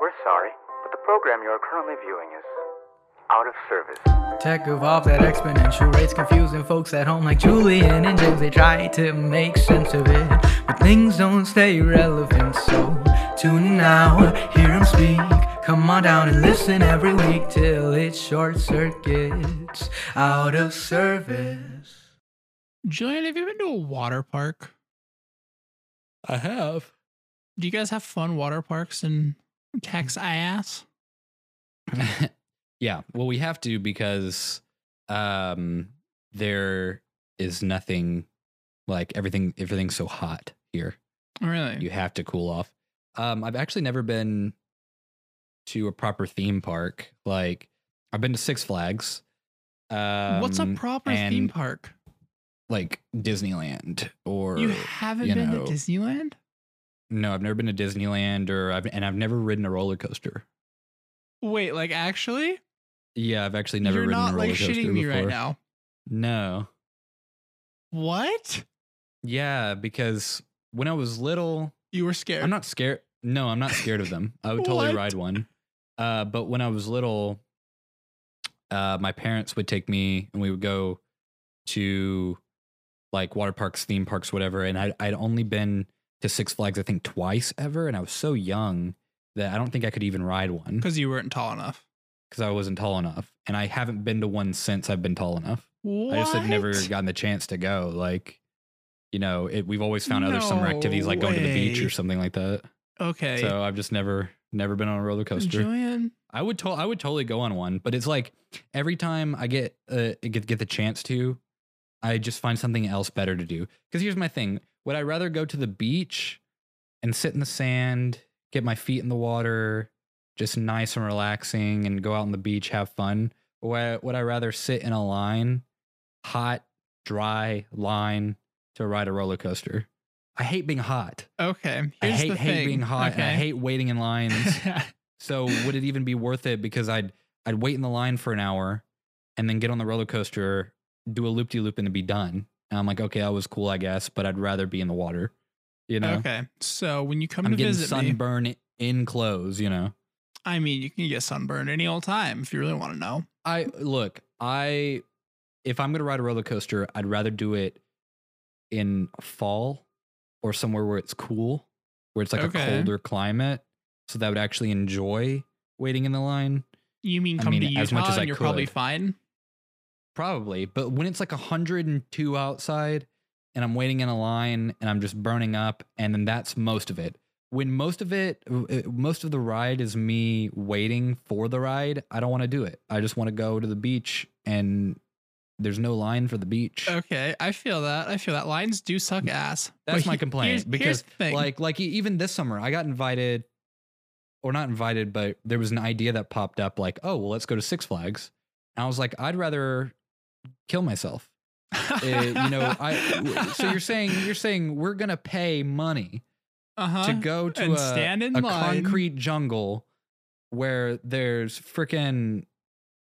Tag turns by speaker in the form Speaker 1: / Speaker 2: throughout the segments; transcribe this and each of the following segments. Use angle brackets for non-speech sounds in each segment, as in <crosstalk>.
Speaker 1: We're sorry, but the program you are currently viewing is out of service.
Speaker 2: Tech evolved at exponential rates, confusing folks at home like Julian and James. They try to make sense of it, but things don't stay relevant. So tune in now, hear him speak. Come on down and listen every week till it short circuits out of service.
Speaker 3: Julian, have you been to a water park?
Speaker 4: I have.
Speaker 3: Do you guys have fun water parks in Texas?
Speaker 4: <laughs> yeah. Well, we have to because um there is nothing like everything everything's so hot here.
Speaker 3: Really?
Speaker 4: You have to cool off. Um I've actually never been to a proper theme park. Like I've been to Six Flags. Um,
Speaker 3: What's a proper theme
Speaker 4: and,
Speaker 3: park?
Speaker 4: Like Disneyland or
Speaker 3: You haven't
Speaker 4: you
Speaker 3: been
Speaker 4: know.
Speaker 3: to Disneyland?
Speaker 4: no, I've never been to Disneyland or I've and I've never ridden a roller coaster.
Speaker 3: Wait, like actually?
Speaker 4: Yeah, I've actually never
Speaker 3: You're
Speaker 4: ridden
Speaker 3: not
Speaker 4: a roller
Speaker 3: like
Speaker 4: coaster
Speaker 3: shitting
Speaker 4: before.
Speaker 3: me right now.
Speaker 4: No.
Speaker 3: What?
Speaker 4: Yeah, because when I was little,
Speaker 3: You were scared. <laughs>
Speaker 4: I'm not scared. No, I'm not scared of them. I would totally
Speaker 3: What?
Speaker 4: ride one. Uh, but when I was little, uh, my parents would take me and we would go to like water parks, theme parks, whatever. And I, I'd only been to Six Flags, I think, twice ever. And I was so young that I don't think I could even ride one
Speaker 3: because you weren't tall enough.
Speaker 4: because I wasn't tall enough. And I haven't been to one since I've been tall enough.
Speaker 3: What?
Speaker 4: I just had never gotten the chance to go. Like, you know, it, we've always found other summer
Speaker 3: No
Speaker 4: activities like going to the beach
Speaker 3: way.
Speaker 4: or something like that.
Speaker 3: Okay.
Speaker 4: So I've just never, never been on a roller coaster.
Speaker 3: Julian,
Speaker 4: I would, to- I would totally go on one, but it's like every time I get, uh, get, get the chance to, I just find something else better to do. Because here's my thing: would I rather go to the beach and sit in the sand, get my feet in the water, just nice and relaxing, and go out on the beach, have fun? Or would I- would I rather sit in a line, hot, dry line, to ride a roller coaster? I hate being hot.
Speaker 3: okay. Here's
Speaker 4: I hate
Speaker 3: the
Speaker 4: hate
Speaker 3: thing.
Speaker 4: being hot. and I
Speaker 3: Okay. <laughs>
Speaker 4: hate waiting in lines. So would it even be worth it? Because I'd I'd wait in the line for an hour and then get on the roller coaster, do a loop de loop, and be done. And I'm like, okay, that was cool, I guess, but I'd rather be in the water. You know,
Speaker 3: Okay. So when you come
Speaker 4: I'm
Speaker 3: to
Speaker 4: getting
Speaker 3: visit me,
Speaker 4: sunburn in clothes. You know,
Speaker 3: I mean, you can get sunburned any old time if you really want to know.
Speaker 4: I look, I if I'm gonna ride a roller coaster, I'd rather do it in fall or somewhere where it's cool, where it's like
Speaker 3: Okay.
Speaker 4: a colder climate, so that I would actually enjoy waiting in the line.
Speaker 3: You mean
Speaker 4: I
Speaker 3: come
Speaker 4: mean,
Speaker 3: to
Speaker 4: as
Speaker 3: Utah
Speaker 4: much as I
Speaker 3: and you're probably
Speaker 4: could.
Speaker 3: fine?
Speaker 4: Probably, but when it's like 102 outside and I'm waiting in a line and I'm just burning up, and then that's most of it. When most of it, uh, most of the ride is me waiting for the ride, I don't want to do it. I just want to go to the beach and there's no line for the beach.
Speaker 3: Okay, I feel that. I feel that. Lines do suck ass.
Speaker 4: <laughs> That's
Speaker 3: But
Speaker 4: my
Speaker 3: he-
Speaker 4: complaint,
Speaker 3: Here's,
Speaker 4: because,
Speaker 3: here's the thing.
Speaker 4: Like, like e- even this summer, I got invited, or not invited, but there was an idea that popped up like, oh, well, let's go to Six Flags. And I was like, I'd rather kill myself. uh, you know
Speaker 3: <laughs>
Speaker 4: i so you're saying you're saying we're gonna pay money
Speaker 3: uh-huh.
Speaker 4: to go to
Speaker 3: and
Speaker 4: a,
Speaker 3: stand in
Speaker 4: a
Speaker 3: line.
Speaker 4: concrete jungle where there's freaking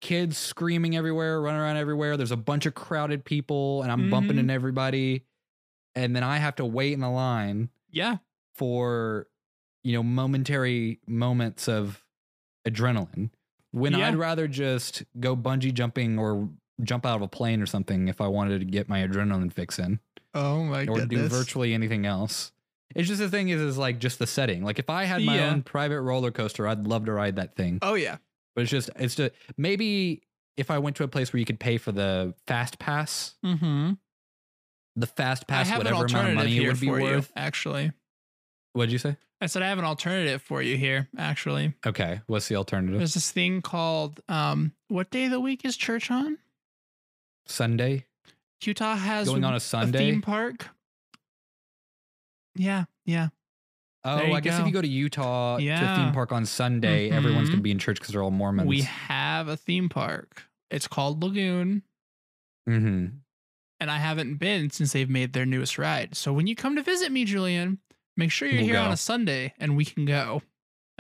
Speaker 4: kids screaming everywhere running around everywhere there's a bunch of crowded people and i'm bumping
Speaker 3: Mhm.
Speaker 4: into everybody and then i have to wait in the line
Speaker 3: Yeah,
Speaker 4: for you know momentary moments of adrenaline when
Speaker 3: Yeah.
Speaker 4: i'd rather just go bungee jumping or jump out of a plane or something if i wanted to get my adrenaline fix in
Speaker 3: Oh my
Speaker 4: or do
Speaker 3: goodness.
Speaker 4: virtually anything else it's just the thing is is like just the setting like if i had my
Speaker 3: Yeah.
Speaker 4: own private roller coaster i'd love to ride that thing
Speaker 3: Oh yeah.
Speaker 4: but it's just it's just maybe if i went to a place where you could pay for the fast pass
Speaker 3: Mm-hmm.
Speaker 4: the fast
Speaker 3: I
Speaker 4: pass
Speaker 3: have an
Speaker 4: whatever amount of
Speaker 3: alternative
Speaker 4: money it
Speaker 3: here
Speaker 4: would be
Speaker 3: for you.
Speaker 4: worth
Speaker 3: Actually,
Speaker 4: what'd you say
Speaker 3: I said I have an alternative for you here. Actually,
Speaker 4: okay what's the alternative
Speaker 3: there's this thing called um, what day of the week is church on?
Speaker 4: sunday
Speaker 3: Utah has
Speaker 4: going on a sunday
Speaker 3: theme park. Yeah, yeah.
Speaker 4: Oh,
Speaker 3: There you
Speaker 4: I guess if
Speaker 3: go.
Speaker 4: you go to Utah to a
Speaker 3: Yeah.
Speaker 4: theme park on Sunday, everyone's
Speaker 3: Mhm.
Speaker 4: gonna be in church because they're all Mormons.
Speaker 3: We have a theme park. It's called Lagoon,
Speaker 4: hmm
Speaker 3: and I haven't been since they've made their newest ride. So when you come to visit me, Julian, make sure you're
Speaker 4: We'll
Speaker 3: here on
Speaker 4: go. Mm.
Speaker 3: a Sunday and we can go.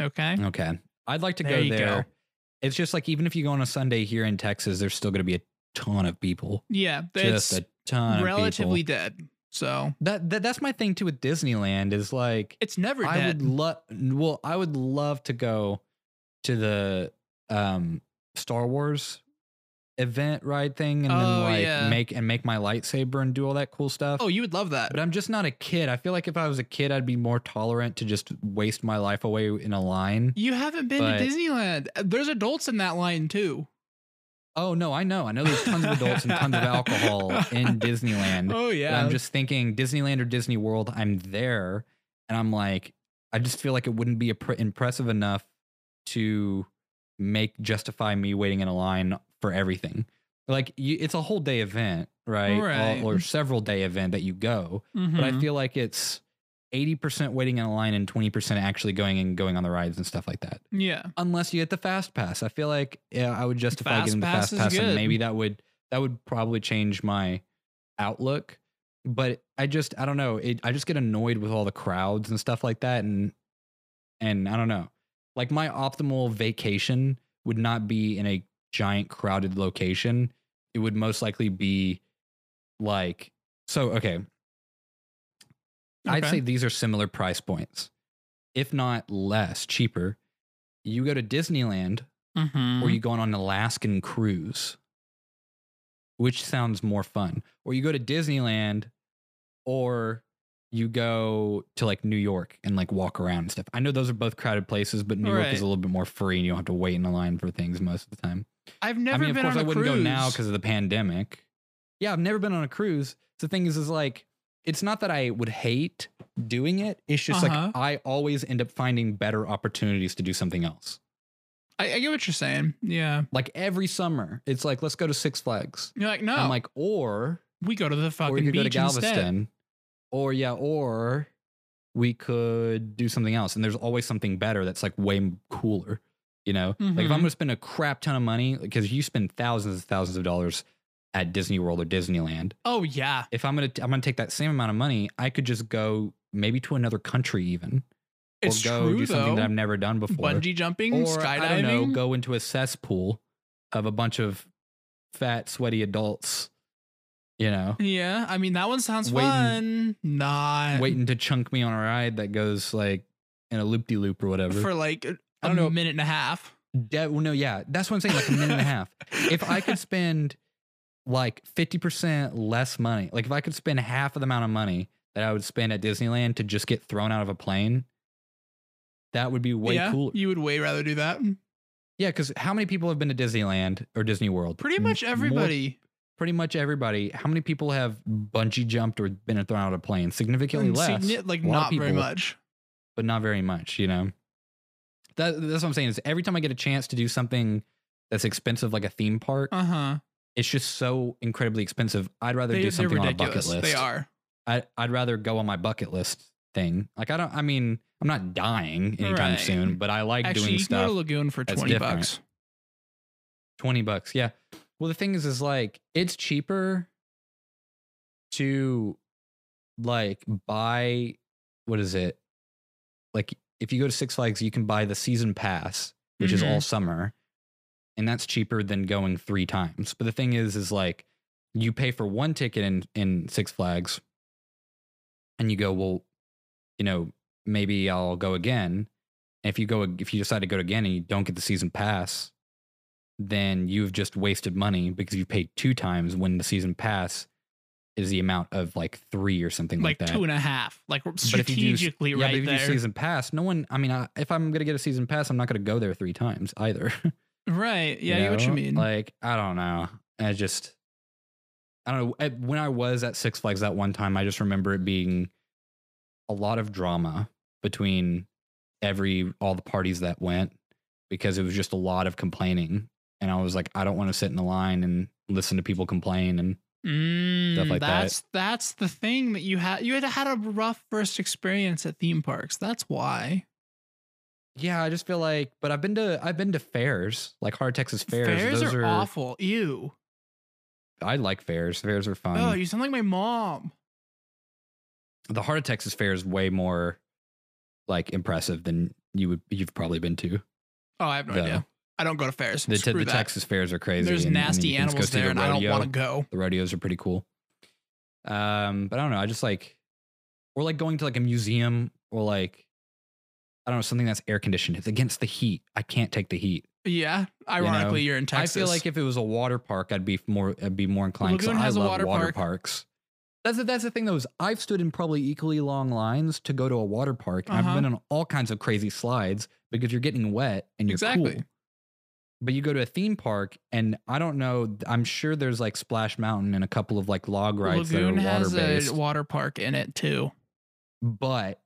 Speaker 3: Okay.
Speaker 4: Okay, I'd like to
Speaker 3: There
Speaker 4: go
Speaker 3: you go.
Speaker 4: there. It's just like even if you go on a Sunday here in Texas, there's still gonna be a ton of people.
Speaker 3: Yeah,
Speaker 4: Just
Speaker 3: it's
Speaker 4: a ton.
Speaker 3: relatively
Speaker 4: of people.
Speaker 3: dead. So
Speaker 4: That, that that's my thing too with Disneyland is like
Speaker 3: it's never
Speaker 4: I would
Speaker 3: dead.
Speaker 4: love. Well, I would love to go to the um Star Wars event ride thing, and
Speaker 3: Oh,
Speaker 4: then like
Speaker 3: yeah.
Speaker 4: make and make my lightsaber and do all that cool stuff.
Speaker 3: oh, you would love that.
Speaker 4: But I'm just not a kid. I feel like if I was a kid, I'd be more tolerant to just waste my life away in a line.
Speaker 3: You haven't been
Speaker 4: But-
Speaker 3: to Disneyland. Uh, There's adults in that line too.
Speaker 4: Oh no, I know. I know there's tons of adults and tons of alcohol
Speaker 3: <laughs>
Speaker 4: in Disneyland.
Speaker 3: Oh
Speaker 4: But
Speaker 3: yeah.
Speaker 4: I'm just thinking Disneyland or Disney World. I'm there, and I'm like, I just feel like it wouldn't be appre- impressive enough to make justify me waiting in a line for everything. Like, you, it's a whole day event, right? Or-
Speaker 3: Right.
Speaker 4: Or, several day event that you go, but I
Speaker 3: Mhm.
Speaker 4: feel like it's. 80% waiting in a line and 20% actually going and going on the rides and stuff like that.
Speaker 3: yeah.
Speaker 4: Unless you get the fast pass. I feel like yeah, I would justify
Speaker 3: Fast
Speaker 4: getting the
Speaker 3: pass
Speaker 4: fast
Speaker 3: is
Speaker 4: pass and
Speaker 3: good.
Speaker 4: maybe that would that would probably change my outlook. But I just I don't know. It, I just get annoyed with all the crowds and stuff like that and and I don't know. Like my optimal vacation would not be in a giant crowded location. It would most likely be like so okay. I'd
Speaker 3: Okay.
Speaker 4: say these are similar price points, if not less, cheaper. You go to Disneyland
Speaker 3: Mhm.
Speaker 4: or you go on an Alaskan cruise, which sounds more fun. Or you go to Disneyland or you go to like New York and like walk around and stuff. I know those are both crowded places, but New York
Speaker 3: Right.
Speaker 4: is a little bit more free and you don't have to wait in a line for things most of the time.
Speaker 3: I've never
Speaker 4: I mean,
Speaker 3: been
Speaker 4: of course,
Speaker 3: on a
Speaker 4: I wouldn't go now
Speaker 3: cruise.
Speaker 4: because of the pandemic. Yeah, I've never been on a cruise. The thing is, is like, it's not that I would hate doing it. It's just
Speaker 3: Uh-huh.
Speaker 4: like I always end up finding better opportunities to do something else.
Speaker 3: I, I get what you're saying. Yeah.
Speaker 4: Like every summer, it's like let's go to Six Flags.
Speaker 3: You're like, no,
Speaker 4: I'm like, or
Speaker 3: we go to the fucking
Speaker 4: or you could
Speaker 3: beach
Speaker 4: go to Galveston,
Speaker 3: instead.
Speaker 4: or yeah, or we could do something else. And there's always something better that's like way m- cooler. You know, like if
Speaker 3: Mhm.
Speaker 4: I'm gonna spend a crap ton of money, because you spend thousands and thousands of dollars at Disney World or Disneyland.
Speaker 3: Oh yeah.
Speaker 4: If I'm gonna, t- I'm gonna take that same amount of money, I could just go maybe to another country even,
Speaker 3: It's
Speaker 4: or go
Speaker 3: true
Speaker 4: do something
Speaker 3: though.
Speaker 4: that I've never done before
Speaker 3: Bungee jumping,
Speaker 4: or
Speaker 3: skydiving.
Speaker 4: I don't know, go into a cesspool of a bunch of fat, sweaty adults, you know,
Speaker 3: yeah. I mean, that one sounds
Speaker 4: Waiting-
Speaker 3: fun. Nah.
Speaker 4: waiting to chunk me on a ride that goes like in a loop de loop or whatever.
Speaker 3: for like a
Speaker 4: I don't know.
Speaker 3: minute and a half.
Speaker 4: De- well, no, yeah, that's what I'm saying. Like a minute and a half. If
Speaker 3: <laughs>
Speaker 4: I could spend like 50% less money, like if I could spend half of the amount of money that I would spend at Disneyland to just get thrown out of a plane, that would be way
Speaker 3: yeah,
Speaker 4: cooler.
Speaker 3: You would way rather do that.
Speaker 4: yeah, because how many people have been to Disneyland or Disney World?
Speaker 3: Pretty
Speaker 4: M-
Speaker 3: much
Speaker 4: Mm, more
Speaker 3: everybody.
Speaker 4: pretty much everybody. How many people have bungee jumped or been thrown out of a plane? Significantly less,
Speaker 3: Signi- like
Speaker 4: A lot of
Speaker 3: not very
Speaker 4: people.
Speaker 3: much.
Speaker 4: but not very much. You know, that, that's what I'm saying. Is every time I get a chance to do something that's expensive, like a theme park,
Speaker 3: Uh huh.
Speaker 4: it's just so incredibly expensive. I'd rather
Speaker 3: They, they're
Speaker 4: do something on a bucket
Speaker 3: ridiculous.
Speaker 4: list.
Speaker 3: They are.
Speaker 4: I, I'd rather go on my bucket list thing. Like I don't. I mean, I'm not dying anytime
Speaker 3: Right.
Speaker 4: soon, but I like
Speaker 3: Actually,
Speaker 4: doing
Speaker 3: you can go
Speaker 4: stuff.
Speaker 3: to Lagoon for
Speaker 4: that's
Speaker 3: twenty
Speaker 4: different.
Speaker 3: bucks.
Speaker 4: 20 bucks. Yeah. Well, the thing is, is like it's cheaper to like buy what is it? Like if you go to Six Flags, you can buy the season pass, which is all summer, and that's cheaper than going three times. But the thing is, is like you pay for one ticket in, in Six Flags and you go, well, you know, maybe I'll go again. And if you go, if you decide to go again and you don't get the season pass, then you've just wasted money because you paid two times when the season pass is the amount of like three or something
Speaker 3: Like
Speaker 4: like, that.
Speaker 3: two and a half. Like
Speaker 4: But if you do-
Speaker 3: strategically
Speaker 4: yeah, but
Speaker 3: right
Speaker 4: if you
Speaker 3: there.
Speaker 4: do season pass, no one. I mean, I, if I'm gonna get a season pass, I'm not gonna go there three times either. <laughs> You
Speaker 3: Right. Yeah, I get what you
Speaker 4: know?
Speaker 3: mean.
Speaker 4: Like I don't know. I just I don't know. I- When I was at Six Flags that one time, I just remember it being a lot of drama between every all the parties that went because it was just a lot of complaining, and I was like, I don't want to sit in the line and listen to people complain and
Speaker 3: Mm,
Speaker 4: like that.
Speaker 3: that's that's the thing that you had you had had a rough first experience at theme parks. That's why.
Speaker 4: Yeah, I just feel like, but I've been to I've been to fairs, like Hard Texas fairs.
Speaker 3: Fairs
Speaker 4: Those
Speaker 3: are,
Speaker 4: are,
Speaker 3: awful. Ew.
Speaker 4: I like fairs. Fairs are fun.
Speaker 3: oh, you sound like my mom.
Speaker 4: the Heart of Texas fair is way more like impressive than you would you've probably been to.
Speaker 3: Oh, I have no
Speaker 4: The-
Speaker 3: idea. I don't go to fairs.
Speaker 4: The,
Speaker 3: Screw
Speaker 4: the
Speaker 3: that.
Speaker 4: Texas fairs are crazy.
Speaker 3: There's
Speaker 4: and- and
Speaker 3: nasty
Speaker 4: you can just go
Speaker 3: animals
Speaker 4: see the
Speaker 3: there, and I don't
Speaker 4: rodeo.
Speaker 3: want to go.
Speaker 4: The rodeos are pretty cool. Um, but I don't know. I just like, or like going to like a museum or like, I don't know, something that's air conditioned. It's against the heat. I can't take the heat.
Speaker 3: Yeah. Ironically, you are in Texas.
Speaker 4: I feel like if it was a water park, I'd be f- more, I'd be more inclined. 'cause
Speaker 3: Lagoon
Speaker 4: I
Speaker 3: has a
Speaker 4: love
Speaker 3: water park.
Speaker 4: parks. That's the, that's the thing though. Is I've stood in probably equally long lines to go to a water park, and
Speaker 3: Uh-huh.
Speaker 4: I've been on all kinds of crazy slides because you're getting wet and you're
Speaker 3: Exactly.
Speaker 4: cool. But you go to a theme park, and I don't know. I'm sure there's like Splash Mountain and a couple of like log rides
Speaker 3: Lagoon
Speaker 4: that are water
Speaker 3: has
Speaker 4: based.
Speaker 3: a water park in it too.
Speaker 4: but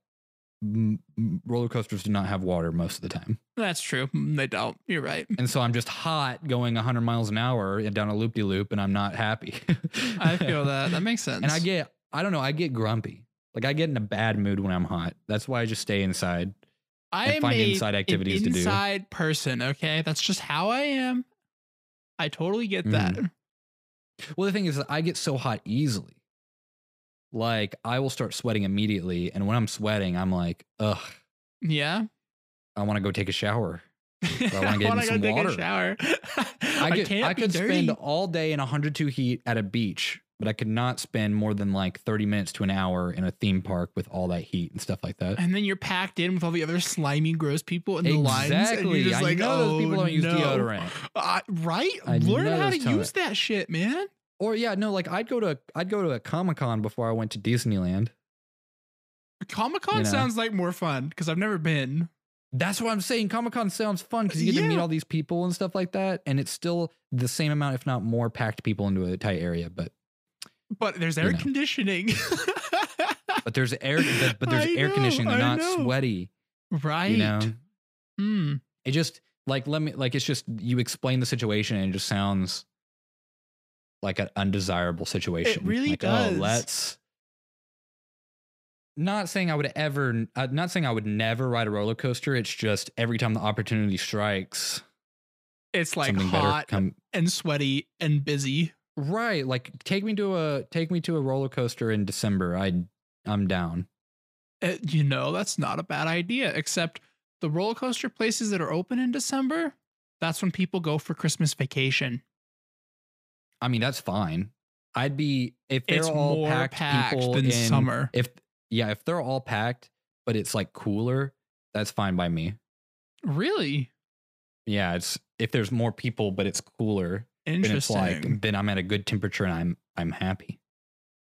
Speaker 4: m- m- roller coasters do not have water most of the time.
Speaker 3: That's true. Mm, They don't. You're
Speaker 4: <laughs>
Speaker 3: right.
Speaker 4: And so I'm just hot going 100 miles an hour and down a loop de loop, and I'm not happy.
Speaker 3: I
Speaker 4: <laughs>
Speaker 3: feel that. That makes sense.
Speaker 4: And I get, I don't know, I get grumpy. Like I get in a bad mood when I'm hot. That's why I just stay inside.
Speaker 3: I
Speaker 4: and find
Speaker 3: a-
Speaker 4: inside
Speaker 3: an
Speaker 4: activities to do.
Speaker 3: Inside person. Okay. That's just how I am. I totally get that.
Speaker 4: Mm. Well, the thing is, that I get so hot easily. Like I will start sweating immediately, and when I'm sweating, I'm like, ugh,
Speaker 3: Yeah.
Speaker 4: I want to go take a shower. I
Speaker 3: <laughs>
Speaker 4: wanna
Speaker 3: I
Speaker 4: get in
Speaker 3: wanna go
Speaker 4: some
Speaker 3: take
Speaker 4: water.
Speaker 3: a shower. <laughs>
Speaker 4: I,
Speaker 3: I,
Speaker 4: could,
Speaker 3: can't
Speaker 4: I
Speaker 3: be
Speaker 4: could
Speaker 3: dirty.
Speaker 4: spend all day in 102 heat at a beach, but I could not spend more than like 30 minutes to an hour in a theme park with all that heat and stuff like that.
Speaker 3: and then you're packed in with all the other slimy, gross people in the lines. And
Speaker 4: Exactly.
Speaker 3: you're just
Speaker 4: I
Speaker 3: like,
Speaker 4: know
Speaker 3: oh,
Speaker 4: those people don't use
Speaker 3: no.
Speaker 4: deodorant.
Speaker 3: Uh, right?
Speaker 4: I
Speaker 3: Learn
Speaker 4: know
Speaker 3: how to
Speaker 4: those tell
Speaker 3: use that shit, man.
Speaker 4: Or yeah, no, like I'd go to I'd go to a Comic Con before I went to Disneyland.
Speaker 3: Comic Con
Speaker 4: You know?
Speaker 3: sounds like more fun because I've never been.
Speaker 4: That's what I'm saying. Comic Con sounds fun because you get to meet
Speaker 3: Yeah.
Speaker 4: all these people and stuff like that, and it's still the same amount, if not more, packed people into a tight area. But
Speaker 3: But there's
Speaker 4: You
Speaker 3: air
Speaker 4: know.
Speaker 3: conditioning. <laughs>
Speaker 4: but there's air, but, but <laughs> there's
Speaker 3: I
Speaker 4: air
Speaker 3: know,
Speaker 4: conditioning. They're
Speaker 3: I
Speaker 4: not
Speaker 3: know.
Speaker 4: sweaty.
Speaker 3: right.
Speaker 4: You know,
Speaker 3: Hmm.
Speaker 4: it just like let me like it's just you explain the situation and it just sounds like an undesirable situation.
Speaker 3: really
Speaker 4: like,
Speaker 3: does.
Speaker 4: Oh, let's. Not saying I would ever, uh, not saying I would never ride a roller coaster. It's just every time the opportunity strikes,
Speaker 3: It's like
Speaker 4: something
Speaker 3: hot
Speaker 4: better come.
Speaker 3: and sweaty and busy.
Speaker 4: Right, like take me to a take me to a roller coaster in December. I I'm down.
Speaker 3: Uh, you know, that's not a bad idea, except the roller coaster places that are open in December, that's when people go for Christmas vacation.
Speaker 4: I mean, that's fine. I'd be if they're
Speaker 3: it's
Speaker 4: all
Speaker 3: more
Speaker 4: packed,
Speaker 3: packed,
Speaker 4: people
Speaker 3: than
Speaker 4: in,
Speaker 3: summer.
Speaker 4: If yeah, if they're all packed, but it's like cooler, that's fine by me.
Speaker 3: Really?
Speaker 4: Yeah, it's if there's more people, but it's cooler. Then it's
Speaker 3: Interesting.
Speaker 4: like then I'm at a good temperature and I'm I'm happy.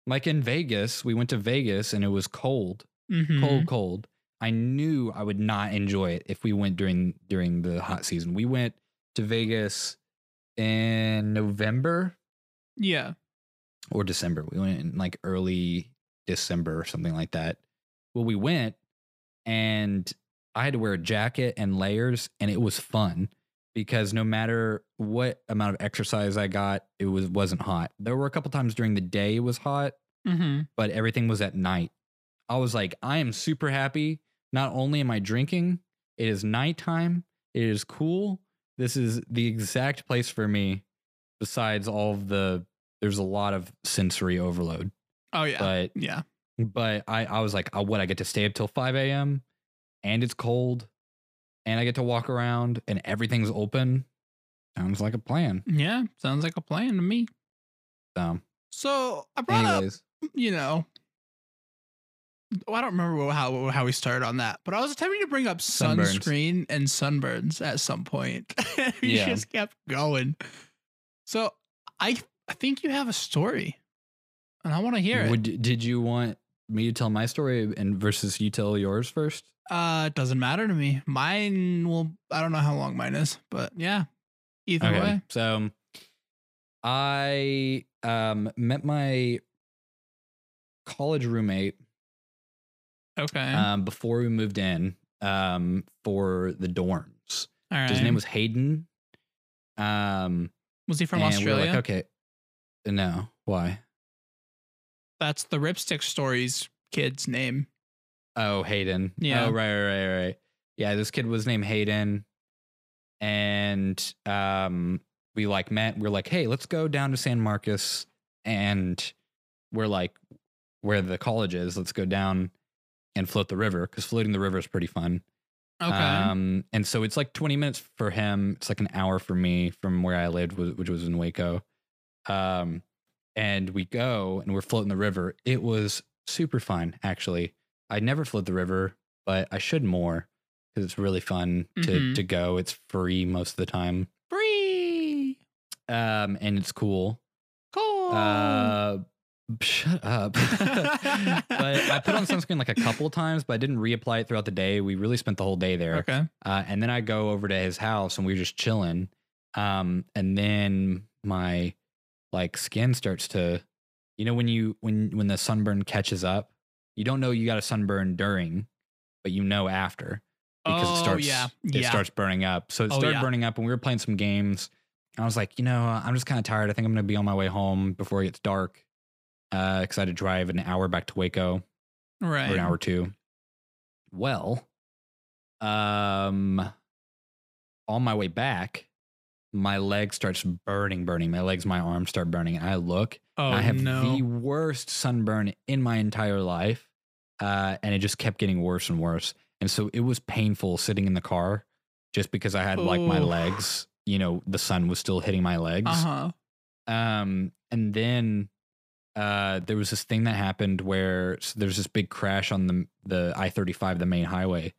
Speaker 4: Like in Vegas, we went to Vegas and it was cold,
Speaker 3: Mhm.
Speaker 4: cold, cold. I knew I would not enjoy it if we went during during the hot season. We went to Vegas in November
Speaker 3: Yeah.
Speaker 4: or December. We went in like early December or something like that. Well, we went and I had to wear a jacket and layers, and it was fun because no matter what amount of exercise I got, it was wasn't hot. There were a couple times during the day it was hot,
Speaker 3: Mm-hmm.
Speaker 4: but everything was at night. I was like, I am super happy. Not only am I drinking, it is nighttime. It is cool. This is the exact place for me. Besides all of the, there's a lot of sensory overload,
Speaker 3: Oh yeah.
Speaker 4: but
Speaker 3: yeah.
Speaker 4: but I I was like, oh, what? I get to stay up till five a.m. and it's cold, and I get to walk around, and everything's open. Sounds like a plan.
Speaker 3: Yeah. Sounds like a plan to me.
Speaker 4: So,
Speaker 3: So I brought up
Speaker 4: anyways,
Speaker 3: you know, well, I don't remember how how we started on that, but I was attempting to bring up
Speaker 4: Sunburns.
Speaker 3: sunscreen and sunburns at some point. <laughs> we
Speaker 4: Yeah.
Speaker 3: just kept going. So I I think you have a story, and I want to hear it.
Speaker 4: would did you want me to tell my story and versus you tell yours first?
Speaker 3: Uh, it doesn't matter to me. Mine will. I don't know how long mine is, but yeah. Either way,
Speaker 4: So um, I um, met my college roommate
Speaker 3: okay.
Speaker 4: um, before we moved in um, for the dorms.
Speaker 3: All right.
Speaker 4: His name was Hayden. Um,
Speaker 3: Was he from
Speaker 4: and we were
Speaker 3: Australia?
Speaker 4: like, okay. No. Why?
Speaker 3: That's the Ripstick Stories kid's name.
Speaker 4: Oh, Hayden.
Speaker 3: Yeah.
Speaker 4: Oh, right, right, right, right. Yeah, this kid was named Hayden. And um we like met, we we're like, hey, let's go down to San Marcos and we're like where the college is, let's go down and float the river because floating the river is pretty fun.
Speaker 3: Okay.
Speaker 4: Um, and so it's like 20 minutes for him. It's like an hour for me from where I lived, wh- which was in Waco. Um, and we go and we're floating the river. It was super fun, actually. I never float the river, but I should more because it's really fun to,
Speaker 3: Mhm.
Speaker 4: to go. It's free most of the time.
Speaker 3: Free.
Speaker 4: Um, and it's cool.
Speaker 3: Cool.
Speaker 4: Uh, shut up. <laughs> but I put on sunscreen like a couple times, but I didn't reapply it throughout the day. We really spent the whole day there.
Speaker 3: okay.
Speaker 4: Uh, and then I go over to his house and we were just chilling. Um, and then my like skin starts to, you know, when you when when the sunburn catches up, you don't know you got a sunburn during, but you know after because
Speaker 3: Oh,
Speaker 4: it starts
Speaker 3: yeah.
Speaker 4: it
Speaker 3: Yeah.
Speaker 4: starts burning up. So it
Speaker 3: Oh,
Speaker 4: started
Speaker 3: yeah.
Speaker 4: burning up, and we were playing some games. I was like, you know, I'm just kind of tired. I think I'm gonna be on my way home before it gets dark, because I had to drive an hour back to Waco
Speaker 3: Right.
Speaker 4: or an hour or two. Well, um, on my way back, my leg starts burning, burning. My legs, my arms start burning. I look,
Speaker 3: Oh
Speaker 4: I have
Speaker 3: no.
Speaker 4: the worst sunburn in my entire life, uh, and it just kept getting worse and worse. And so it was painful sitting in the car, just because I had like my
Speaker 3: Oh.
Speaker 4: legs. You know, the sun was still hitting my legs.
Speaker 3: Uh huh.
Speaker 4: Um, and then uh, there was this thing that happened where s there's this big crash on the the I thirty five, the main highway.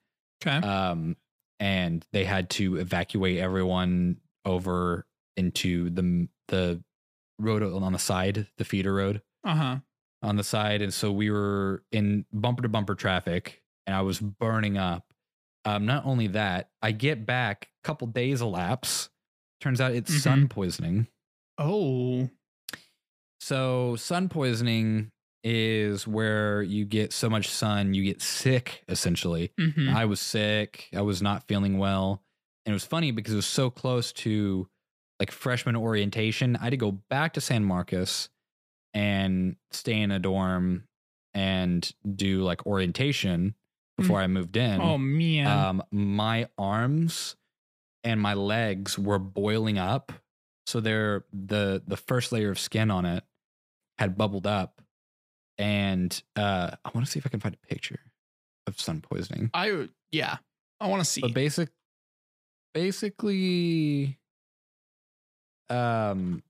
Speaker 3: Okay.
Speaker 4: Um, and they had to evacuate everyone over into the the road on the side, the feeder road
Speaker 3: Uh huh.
Speaker 4: on the side, and so we were in bumper to bumper traffic, and I was burning up. Um, not only that, I get back, couple days elapse. Turns out it's sun poisoning.
Speaker 3: Oh.
Speaker 4: So, sun poisoning is where you get so much sun, you get sick essentially.
Speaker 3: hmm
Speaker 4: I was sick, I was not feeling well. And it was funny because it was so close to like freshman orientation. I had to go back to San Marcos and stay in a dorm and do like orientation before I moved in.
Speaker 3: Oh man.
Speaker 4: Um, my arms and my legs were boiling up, so they're the the first layer of skin on it had bubbled up, and uh, I want to see if I can find a picture of sun poisoning.
Speaker 3: I yeah. I want to see.
Speaker 4: But basic, basically, um,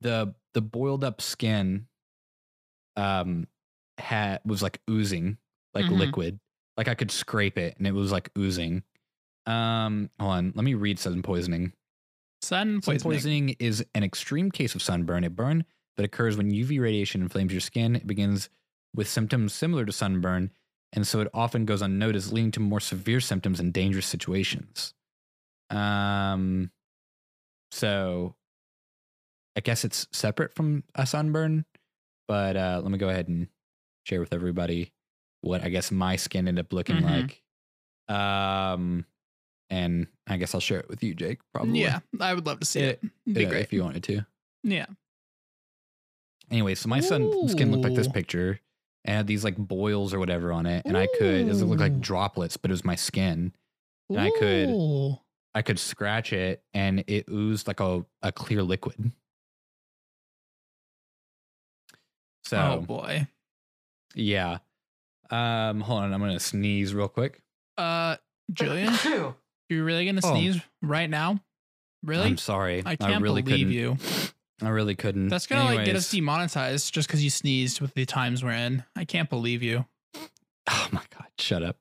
Speaker 4: the the boiled up skin, um, had was like oozing, like
Speaker 3: Mhm.
Speaker 4: liquid. Like I could scrape it, and it was like oozing. Um, hold on, let me read sun poisoning.
Speaker 3: Sun
Speaker 4: Sun
Speaker 3: poisoning.
Speaker 4: poisoning is an extreme case of sunburn, a burn that occurs when UV radiation inflames your skin. It begins with symptoms similar to sunburn, and so it often goes unnoticed, leading to more severe symptoms and dangerous situations. Um, so I guess it's separate from a sunburn, but uh, let me go ahead and share with everybody what I guess my skin ended up looking
Speaker 3: Mhm.
Speaker 4: like. Um, and I guess I'll share it with you, Jake. Probably.
Speaker 3: Yeah, I would love to see it. It'd be
Speaker 4: Yeah,
Speaker 3: great.
Speaker 4: uh, if you wanted to.
Speaker 3: Yeah.
Speaker 4: Anyway, so my sun skin looked like this
Speaker 3: Ooh.
Speaker 4: picture and had these like boils or whatever on it, and I could it looked like
Speaker 3: Ooh.
Speaker 4: droplets, but it was my skin. And I could-
Speaker 3: Ooh.
Speaker 4: I could scratch it, and it oozed like a a clear liquid. So
Speaker 3: Oh boy.
Speaker 4: yeah, um, hold on, I'm gonna sneeze real quick.
Speaker 3: Uh,
Speaker 4: <laughs>
Speaker 3: Julian, you're really gonna
Speaker 4: Oh.
Speaker 3: sneeze right now? Really?
Speaker 4: I'm sorry,
Speaker 3: I can't
Speaker 4: really
Speaker 3: believe
Speaker 4: couldn't.
Speaker 3: you.
Speaker 4: <laughs> I really couldn't.
Speaker 3: That's gonna like get us
Speaker 4: Anyways.
Speaker 3: demonetized just because you sneezed with the times we're in. I can't believe you.
Speaker 4: <laughs> Oh my god,
Speaker 3: <laughs>
Speaker 4: shut up.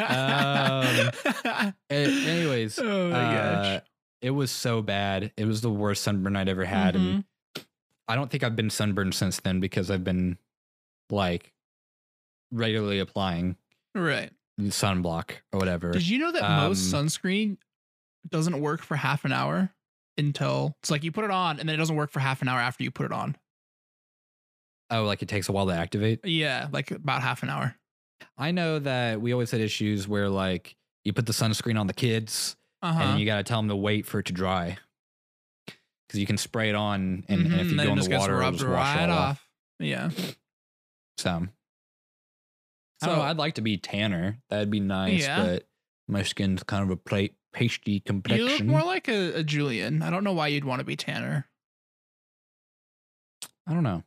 Speaker 4: Um, A- anyways,
Speaker 3: oh my
Speaker 4: Uh,
Speaker 3: gosh.
Speaker 4: it was so bad. It was the worst sunburn I'd ever had. And
Speaker 3: Mm-hmm.
Speaker 4: I don't think I've been sunburned since then because I've been like regularly applying
Speaker 3: Right.
Speaker 4: sunblock or whatever.
Speaker 3: Did you know that most
Speaker 4: Um,
Speaker 3: sunscreen doesn't work for half an hour until it's like you put it on and then it doesn't work for half an hour after you put it on?
Speaker 4: oh, like it takes a while to activate.
Speaker 3: Yeah, like about half an hour.
Speaker 4: I know that we always had issues where like you put the sunscreen on the kids
Speaker 3: Uh huh.
Speaker 4: and you got to tell them to wait for it to dry. Because you can spray it on, and, and
Speaker 3: Mm-hmm.
Speaker 4: if you go in the water, it'll just wash it all off.
Speaker 3: Yeah.
Speaker 4: So, I
Speaker 3: So-
Speaker 4: don't know. I'd like to be tanner. That'd be nice,
Speaker 3: Yeah.
Speaker 4: but my skin's kind of a plate pasty
Speaker 3: You look
Speaker 4: complexion.
Speaker 3: more like a, a Julian. I don't know why you'd want to be Tanner. <laughs>
Speaker 4: I don't know.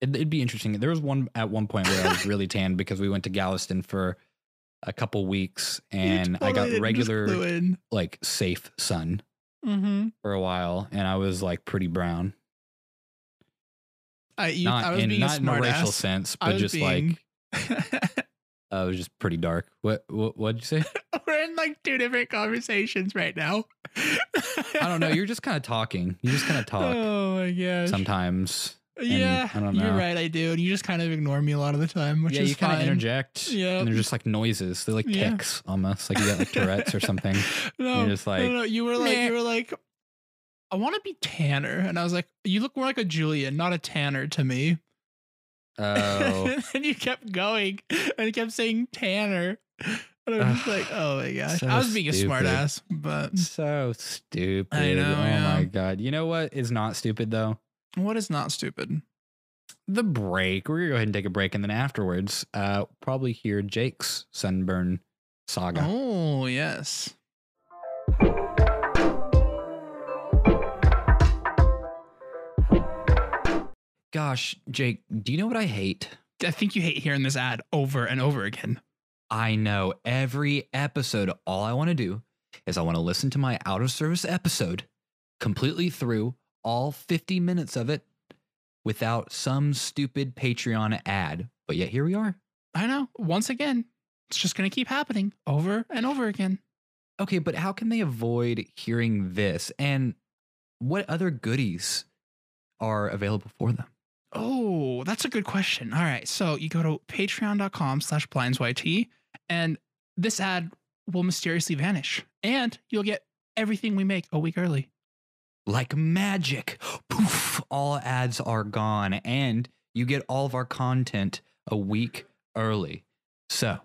Speaker 4: It, it'd be interesting. There was one at one point where I was really tan because we went to Galveston for a
Speaker 3: <laughs>
Speaker 4: couple weeks, and I got regular like safe sun
Speaker 3: Mm-hmm.
Speaker 4: for a while, and I was like pretty brown.
Speaker 3: I, you,
Speaker 4: not
Speaker 3: I was
Speaker 4: in
Speaker 3: being
Speaker 4: not
Speaker 3: a
Speaker 4: in a
Speaker 3: smart
Speaker 4: racial sense,
Speaker 3: I
Speaker 4: but
Speaker 3: was
Speaker 4: just
Speaker 3: being- like
Speaker 4: like uh, it was just pretty dark. What what what'd you say?
Speaker 3: <laughs> we're in like two different conversations right now.
Speaker 4: I
Speaker 3: <laughs>
Speaker 4: don't know. You're just kind of talking. You just kind of talk
Speaker 3: Oh my gosh.
Speaker 4: sometimes.
Speaker 3: yeah,
Speaker 4: I don't
Speaker 3: you're
Speaker 4: know.
Speaker 3: right. I do. And you just kind of ignore me a lot of the time, which
Speaker 4: yeah,
Speaker 3: is
Speaker 4: you kind
Speaker 3: fine.
Speaker 4: of interject.
Speaker 3: Yeah.
Speaker 4: and they're just like noises. They're like
Speaker 3: Yeah.
Speaker 4: ticks almost, like you got like Tourette's or something.
Speaker 3: <laughs> no,
Speaker 4: You're just like,
Speaker 3: no, no, you were like,
Speaker 4: "Meh."
Speaker 3: you were like, I want to be Tanner, and I was like, you look more like a Julian, not a Tanner to me.
Speaker 4: Oh,
Speaker 3: <laughs> and you kept going, and you kept saying Tanner, and I was just
Speaker 4: Ugh, <sighs>
Speaker 3: like, oh my gosh,
Speaker 4: so
Speaker 3: I was being a
Speaker 4: stupid.
Speaker 3: smartass, but
Speaker 4: so stupid.
Speaker 3: know,
Speaker 4: oh my
Speaker 3: yeah.
Speaker 4: god. You know what is not stupid though?
Speaker 3: what is not stupid?
Speaker 4: The break. We're gonna go ahead and take a break, and then afterwards, uh, probably hear Jake's sunburn saga.
Speaker 3: Oh yes.
Speaker 4: Gosh, Jake, do you know what I hate?
Speaker 3: I think you hate hearing this ad over and over again.
Speaker 4: I know every episode, all I want to do is I want to listen to my out of service episode completely through all 50 minutes of it without some stupid Patreon ad. But yet here we are.
Speaker 3: I know. Once again, it's just gonna keep happening over and over again.
Speaker 4: Okay, but how can they avoid hearing this? And what other goodies are available for them?
Speaker 3: Oh, that's a good question. All right. So you go to patreon.com slash blindsyt and this ad will mysteriously vanish. And you'll get everything we make a week early.
Speaker 4: like magic. Poof, all ads are gone and you get all of our content a week early. So,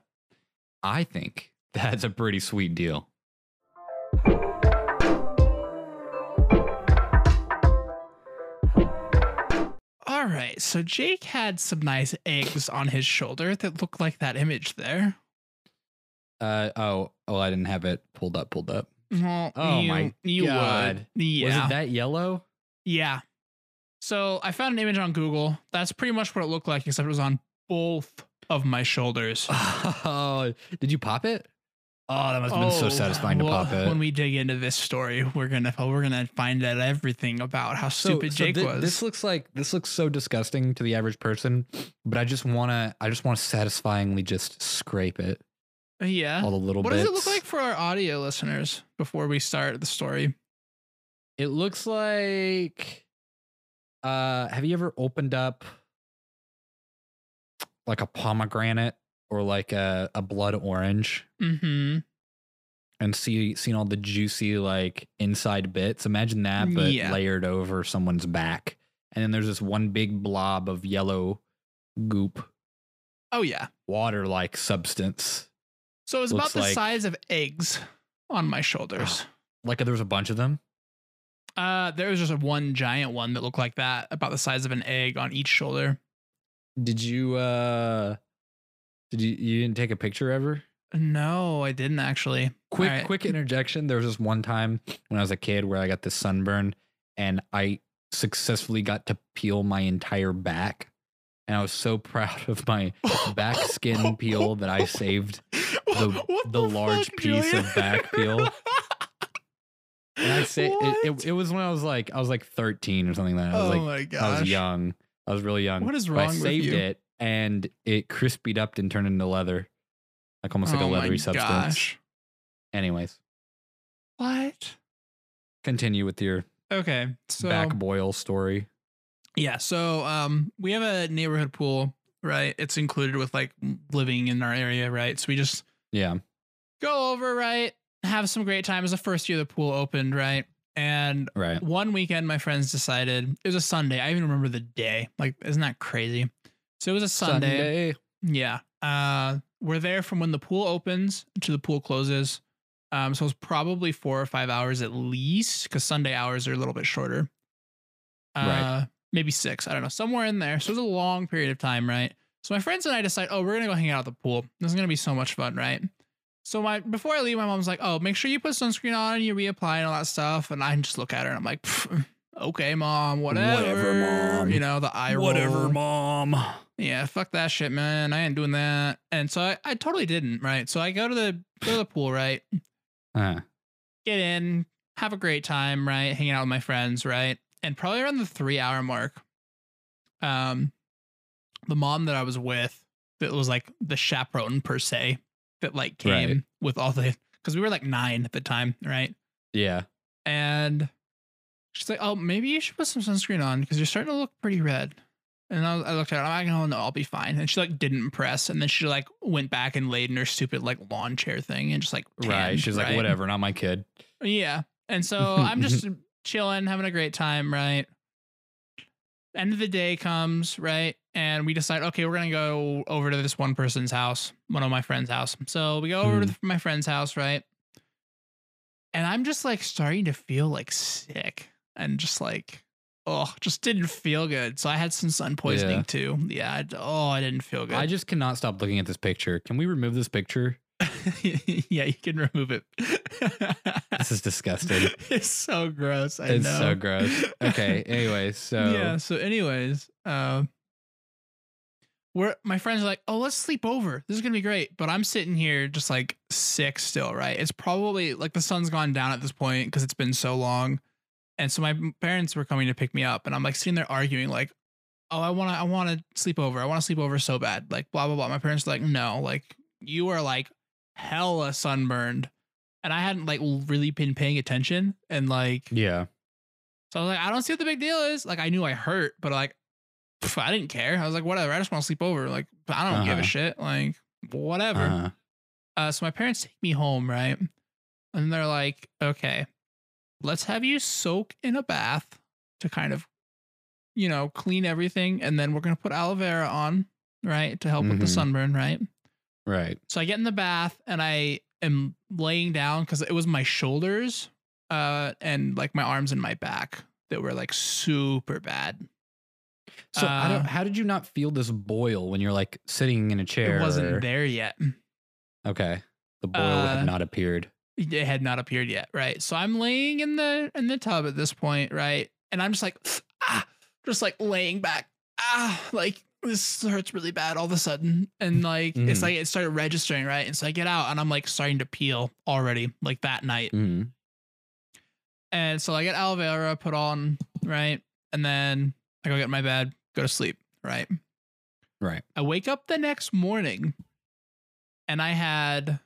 Speaker 4: I think <laughs> that's a pretty sweet deal.
Speaker 3: All right. So Jake had some nice eggs on his shoulder that look like that image there.
Speaker 4: Uh oh, oh I didn't have it pulled up, pulled up.
Speaker 3: Well,
Speaker 4: Oh
Speaker 3: you-
Speaker 4: my
Speaker 3: you
Speaker 4: God.
Speaker 3: Would. Yeah.
Speaker 4: Was it that <laughs> yellow?
Speaker 3: Yeah. So I found an image on Google. That's pretty much what it looked like, except it was on both of my shoulders.
Speaker 4: Oh, did you pop it? Oh, that must have been so
Speaker 3: Oh,
Speaker 4: satisfying to
Speaker 3: well,
Speaker 4: pop it.
Speaker 3: When we dig into this story, we're gonna oh, we're gonna find out everything about how stupid Jake
Speaker 4: thi-
Speaker 3: was.
Speaker 4: This looks like this looks so disgusting to the average person, but I just wanna I just wanna satisfyingly just scrape it
Speaker 3: Uh, yeah.
Speaker 4: all the little
Speaker 3: What
Speaker 4: bits.
Speaker 3: does it look like for our audio listeners before we start the story?
Speaker 4: It looks like uh have you ever opened up like a pomegranate or like a, a blood orange
Speaker 3: Mm-hmm.
Speaker 4: and see seen all the juicy like inside bits? Imagine that but
Speaker 3: Yeah.
Speaker 4: layered over someone's back. And then there's this one big blob of yellow goop,
Speaker 3: Oh yeah.
Speaker 4: water like substance.
Speaker 3: So it's about
Speaker 4: Looks
Speaker 3: the
Speaker 4: like-
Speaker 3: size of eggs on my shoulders.
Speaker 4: Like there was a bunch of them. Ah.
Speaker 3: Uh, there was just a one giant one that looked like that, about the size of an egg on each shoulder.
Speaker 4: Did you uh did you you didn't take a picture ever?
Speaker 3: No, I didn't actually.
Speaker 4: quick
Speaker 3: All right.
Speaker 4: quick interjection there was this one time when i was a kid where i got this sunburn and i successfully got to peel my entire back and i was so <laughs> proud of my
Speaker 3: <laughs>
Speaker 4: back skin peel that i saved the-
Speaker 3: What
Speaker 4: the large piece of back
Speaker 3: <laughs>
Speaker 4: peel. and i say it,
Speaker 3: What?
Speaker 4: it, it was when i was like i was like 13 or something like that i
Speaker 3: oh
Speaker 4: was like
Speaker 3: my gosh.
Speaker 4: i was young i was really young
Speaker 3: What is
Speaker 4: but
Speaker 3: wrong
Speaker 4: i
Speaker 3: with
Speaker 4: saved
Speaker 3: you?
Speaker 4: it and it crispied up and turned into leather like almost like a
Speaker 3: Oh my
Speaker 4: leathery substance
Speaker 3: gosh.
Speaker 4: anyways
Speaker 3: What?
Speaker 4: continue with your
Speaker 3: Okay. So
Speaker 4: back boil story
Speaker 3: yeah, so um we have a neighborhood pool, right? It's included with like living in our area, right? So we just
Speaker 4: yeah
Speaker 3: go over, right? Have some great time. It was the first year the pool opened, right? And
Speaker 4: right
Speaker 3: One weekend, my friends decided it was a Sunday. I even remember the day. Like, isn't that crazy? So it was a Sunday. Yeah. Uh, we're there from when the pool opens to the pool closes. Um, so it's probably four or five hours at least, because Sunday hours are a little bit shorter. Uh,
Speaker 4: Right.
Speaker 3: Maybe six. I don't know. Somewhere in there. So it was a long period of time, right? So my friends and I decide, oh, we're gonna go hang out at the pool. This is gonna be so much fun, right? So my before I leave, my mom's like, oh, make sure you put sunscreen on and you reapply and all that stuff. And I just look at her and I'm like, "Pff, okay, mom, whatever,
Speaker 4: Whatever, Mom.
Speaker 3: You know, the eye roll.
Speaker 4: mom.
Speaker 3: Yeah, fuck that shit, man. I ain't doing that. And so I, I totally didn't, right? So I go to the go to the pool, right? Get in, have a great time, right? Hanging out with my friends, right? And probably around the three hour mark, um, the mom that I was with that was like the chaperone per se that like came
Speaker 4: Right.
Speaker 3: with all the because we were like nine at the time, right?
Speaker 4: Yeah.
Speaker 3: And she's like, "Oh, maybe you should put some sunscreen on because you're starting to look pretty red." And I, I looked at her. I'm like, "Oh no, I'll be fine." And she like didn't press, and then she like went back and laid in her stupid like lawn chair thing and just like
Speaker 4: right.
Speaker 3: tanned,
Speaker 4: She's like,
Speaker 3: right?
Speaker 4: whatever, not my kid.
Speaker 3: Yeah.
Speaker 4: <laughs>
Speaker 3: And so I'm just
Speaker 4: Mm-hmm.
Speaker 3: chilling, having a great time, right? End of the day comes, right? And we decide, okay, we're going to go over to this one person's house, one of my friend's house. So we go over
Speaker 4: Mm.
Speaker 3: to my friend's house, right? And I'm just like starting to feel like sick and just like, oh, just didn't feel good. So I had some sun poisoning
Speaker 4: Yeah.
Speaker 3: too. Yeah. I d oh, I didn't feel good.
Speaker 4: I just cannot stop looking at this picture. Can we remove this picture?
Speaker 3: <laughs> yeah, you can remove it.
Speaker 4: This is disgusting.
Speaker 3: It's so gross. <laughs> I
Speaker 4: it's
Speaker 3: know.
Speaker 4: so gross.
Speaker 3: <laughs>
Speaker 4: Okay. Anyway, so
Speaker 3: yeah. So, anyways, um, we're my friends are like, oh, let's sleep over. This is gonna be great. But I'm sitting here just like sick still, right? It's probably like the sun's gone down at this point because it's been so long. And so my parents were coming to pick me up, and I'm like sitting there arguing, like, oh, I wanna, I wanna sleep over. I wanna sleep over so bad. Like, blah blah blah. My parents are like, no, like you are like hella sunburned. And I hadn't like really been paying attention, and like
Speaker 4: yeah.
Speaker 3: so I was like, I don't see what the big deal is. Like, I knew I hurt, but like, pff, I didn't care. I was like, whatever. I just want to sleep over. Like, I don't give
Speaker 4: Uh-huh.
Speaker 3: a shit. Like, whatever.
Speaker 4: Uh-huh.
Speaker 3: Uh, so my parents take me home, right? And they're like, okay, let's have you soak in a bath to kind of, you know, clean everything. And then we're going to put aloe vera on, right? To help with the
Speaker 4: Mhm.
Speaker 3: sunburn, right?
Speaker 4: Right.
Speaker 3: So I get in the bath and I am laying down because it was my shoulders uh, and like my arms and my back that were like super bad.
Speaker 4: So I
Speaker 3: Uh,
Speaker 4: don't, how did you not feel this boil when you're like sitting in a chair?
Speaker 3: It
Speaker 4: or-
Speaker 3: wasn't there yet.
Speaker 4: Okay. The boil
Speaker 3: Uh,
Speaker 4: had not appeared.
Speaker 3: It had not appeared yet, right? So I'm laying in the in the tub at this point, right? And I'm just like, <sniffs> ah, just like laying back, ah, like this hurts really bad all of a sudden, and like it's
Speaker 4: Mhm.
Speaker 3: like it started registering, right? And so I get out and I'm like starting to peel already, like that night.
Speaker 4: Mm.
Speaker 3: And so I get aloe vera put on, right? And then I go get in my bed, go to sleep, right?
Speaker 4: Right.
Speaker 3: I wake up the next morning and I had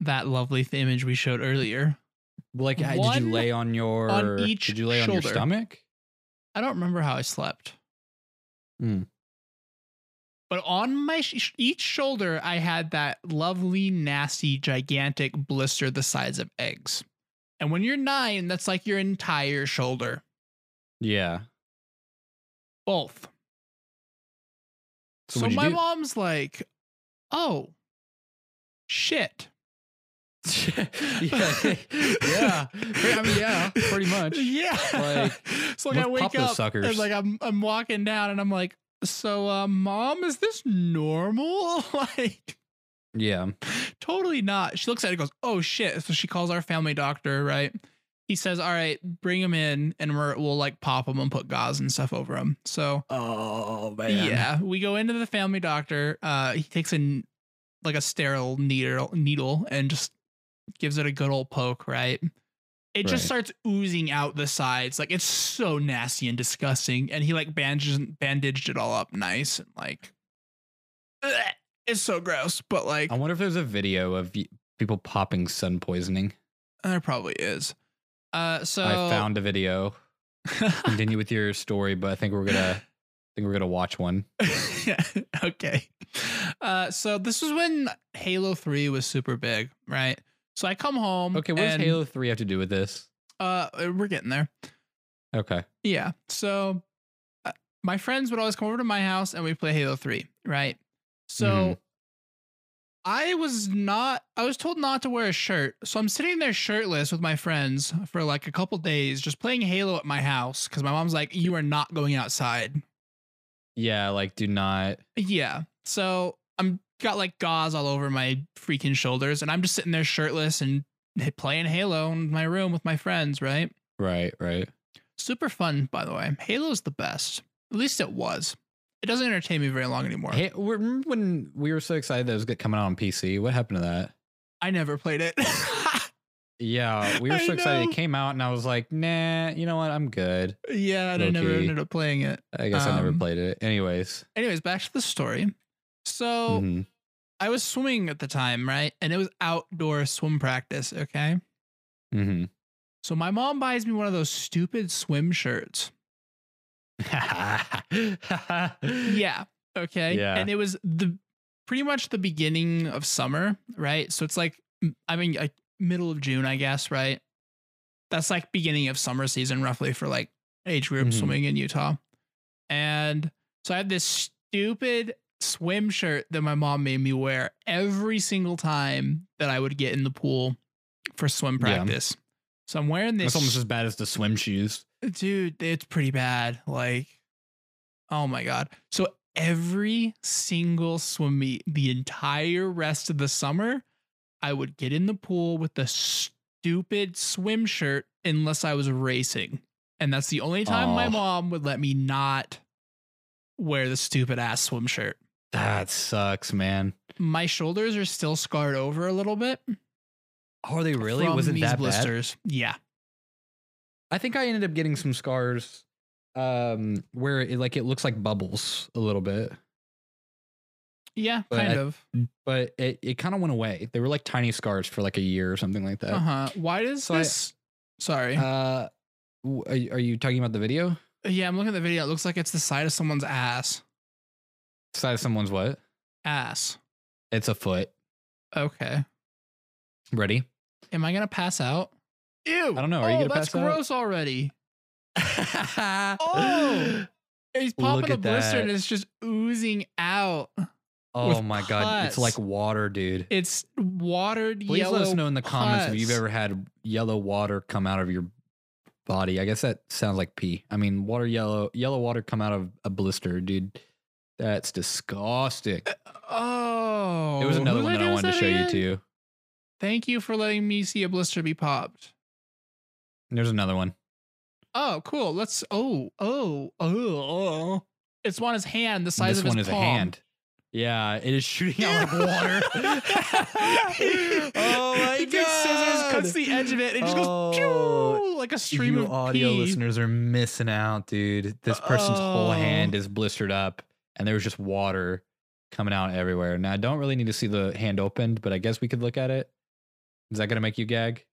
Speaker 3: that lovely th- image we showed earlier.
Speaker 4: Like, uh, did
Speaker 3: One
Speaker 4: you lay on your
Speaker 3: each
Speaker 4: Did you lay on
Speaker 3: shoulder.
Speaker 4: your stomach?
Speaker 3: I don't remember how I slept.
Speaker 4: Hmm.
Speaker 3: But on my sh- each shoulder, I had that lovely, nasty, gigantic blister the size of eggs. And when you're nine, that's like your entire shoulder.
Speaker 4: Yeah.
Speaker 3: Both. So,
Speaker 4: So what'd you
Speaker 3: my
Speaker 4: do?
Speaker 3: mom's like, oh, shit.
Speaker 4: <laughs> yeah. yeah. I mean, yeah, pretty much.
Speaker 3: Uh, Yeah.
Speaker 4: Like,
Speaker 3: so <laughs> like I
Speaker 4: let's
Speaker 3: wake
Speaker 4: pop those
Speaker 3: up and
Speaker 4: suckers.
Speaker 3: like I'm I'm walking down and I'm like, so uh, mom, is this normal? <laughs> like
Speaker 4: Yeah.
Speaker 3: totally not. She looks at it and goes, oh shit. So she calls our family doctor, right? He says, all right, bring him in and we're, we'll like pop him and put gauze and stuff over him. So
Speaker 4: Oh
Speaker 3: yeah, we go into the family doctor. Uh, he takes a like a sterile needle needle and just gives it a good old poke. Right. It just
Speaker 4: Right.
Speaker 3: starts oozing out the sides. Like it's so nasty and disgusting. And he like bandages bandaged it all up nice and like ugh, it's so gross. But like
Speaker 4: I wonder if there's a video of y- people popping sun poisoning.
Speaker 3: there probably is. Uh, so <laughs>
Speaker 4: I found a video. Continue with your story, but I think we're gonna I think we're gonna watch one.
Speaker 3: yeah. <laughs> Okay. Uh, so this was when Halo Three was super big, right? So I come home.
Speaker 4: Okay, what does
Speaker 3: and,
Speaker 4: Halo 3 have to do with this?
Speaker 3: Uh, we're getting there.
Speaker 4: Okay.
Speaker 3: Yeah. So uh, my friends would always come over to my house and we play Halo Three, right? So
Speaker 4: Mhm.
Speaker 3: I was not. I was told not to wear a shirt, so I'm sitting there shirtless with my friends for like a couple days, just playing Halo at my house because my mom's like, "You are not going outside."
Speaker 4: Yeah, like do not
Speaker 3: Yeah. So I'm got like gauze all over my freaking shoulders, and I'm just sitting there shirtless and h- playing Halo in my room with my friends, right?
Speaker 4: Right, right.
Speaker 3: Super fun, by the way. Halo's the best. At least it was. It doesn't entertain me very long anymore.
Speaker 4: Hey, we- remember when we were so excited that it was get- coming out on PC? What happened to that?
Speaker 3: I never played it.
Speaker 4: Yeah, we were
Speaker 3: I
Speaker 4: so excited
Speaker 3: know.
Speaker 4: it came out, and I was like, "Nah, you know what? I'm good.
Speaker 3: <laughs> Yeah, and I never
Speaker 4: Low-key.
Speaker 3: ended up playing it.
Speaker 4: I guess I never
Speaker 3: Um,
Speaker 4: played it." Anyways,
Speaker 3: Anyways, back to the story. So
Speaker 4: Mhm.
Speaker 3: I was swimming at the time, right? And it was outdoor swim practice, okay?
Speaker 4: Mhm.
Speaker 3: So my mom buys me one of those stupid swim shirts. Yeah. Okay.
Speaker 4: Yeah.
Speaker 3: And it was the pretty much the beginning of summer, right? So it's like m- I mean like middle of June, I guess, right? That's like beginning of summer season roughly for like age group
Speaker 4: Mhm.
Speaker 3: swimming in Utah. And so I had this stupid swim shirt that my mom made me wear every single time that I would get in the pool for swim
Speaker 4: Yeah.
Speaker 3: practice. So I'm wearing this
Speaker 4: That's almost as bad as the swim shoes.
Speaker 3: dude it's pretty bad like oh my god so every single swim meet the entire rest of the summer i would get in the pool with the stupid swim shirt unless i was racing and that's the only time my
Speaker 4: Aw.
Speaker 3: mom would let me not wear the stupid ass swim shirt
Speaker 4: That sucks, man.
Speaker 3: my shoulders are still scarred over a little bit
Speaker 4: Are they really?
Speaker 3: from
Speaker 4: Was it
Speaker 3: these
Speaker 4: that bad?
Speaker 3: blisters yeah
Speaker 4: I think I ended up getting some scars um where it like it looks like bubbles a little bit.
Speaker 3: yeah
Speaker 4: But
Speaker 3: kind
Speaker 4: I-
Speaker 3: of
Speaker 4: But it, it kind of went away. They were like tiny scars for like a year or something like that.
Speaker 3: uh-huh why does
Speaker 4: so I-
Speaker 3: this sorry
Speaker 4: Uh w- are you- are you talking about the video?
Speaker 3: Yeah, I'm looking at the video. It looks like it's the side of someone's ass.
Speaker 4: Side of someone's what?
Speaker 3: Ass.
Speaker 4: It's a foot.
Speaker 3: Okay.
Speaker 4: Ready?
Speaker 3: Am I gonna pass out? Ew.
Speaker 4: I don't know. Are you
Speaker 3: oh,
Speaker 4: gonna
Speaker 3: that's
Speaker 4: pass out?
Speaker 3: gross <laughs> already. Oh! He's popping
Speaker 4: Look
Speaker 3: a
Speaker 4: at
Speaker 3: blister and
Speaker 4: that.
Speaker 3: it's just oozing out.
Speaker 4: Oh
Speaker 3: With
Speaker 4: my god, it's like
Speaker 3: pus.
Speaker 4: water, dude.
Speaker 3: It's watered
Speaker 4: Please
Speaker 3: yellow.
Speaker 4: let us know in the comments if you've
Speaker 3: pus.
Speaker 4: ever had yellow water come out of your body. I guess that sounds like pee. I mean, water yellow, yellow water come out of a blister, dude. That's disgusting.
Speaker 3: Oh.
Speaker 4: There was another
Speaker 3: whose
Speaker 4: one that I
Speaker 3: idea was
Speaker 4: wanted to show you
Speaker 3: again?
Speaker 4: too.
Speaker 3: Thank you for letting me see a blister be popped.
Speaker 4: There's another one.
Speaker 3: Oh, cool. Let's. Oh, oh, oh, oh. It's on his hand, the size
Speaker 4: this
Speaker 3: of his
Speaker 4: one is
Speaker 3: palm.
Speaker 4: a hand. Yeah, it is shooting
Speaker 3: <laughs>
Speaker 4: out like water. <laughs> oh my
Speaker 3: he
Speaker 4: god!
Speaker 3: takes scissors, cuts the edge of it, and it just goes
Speaker 4: Oh,
Speaker 3: pew, like a stream
Speaker 4: you
Speaker 3: of
Speaker 4: audio
Speaker 3: pee.
Speaker 4: listeners are missing out, dude. This person's whole
Speaker 3: Oh.
Speaker 4: hand is blistered up, and there was just water coming out everywhere. Now I don't really need to see the hand opened, but I guess we could look at it. Is that gonna make you gag?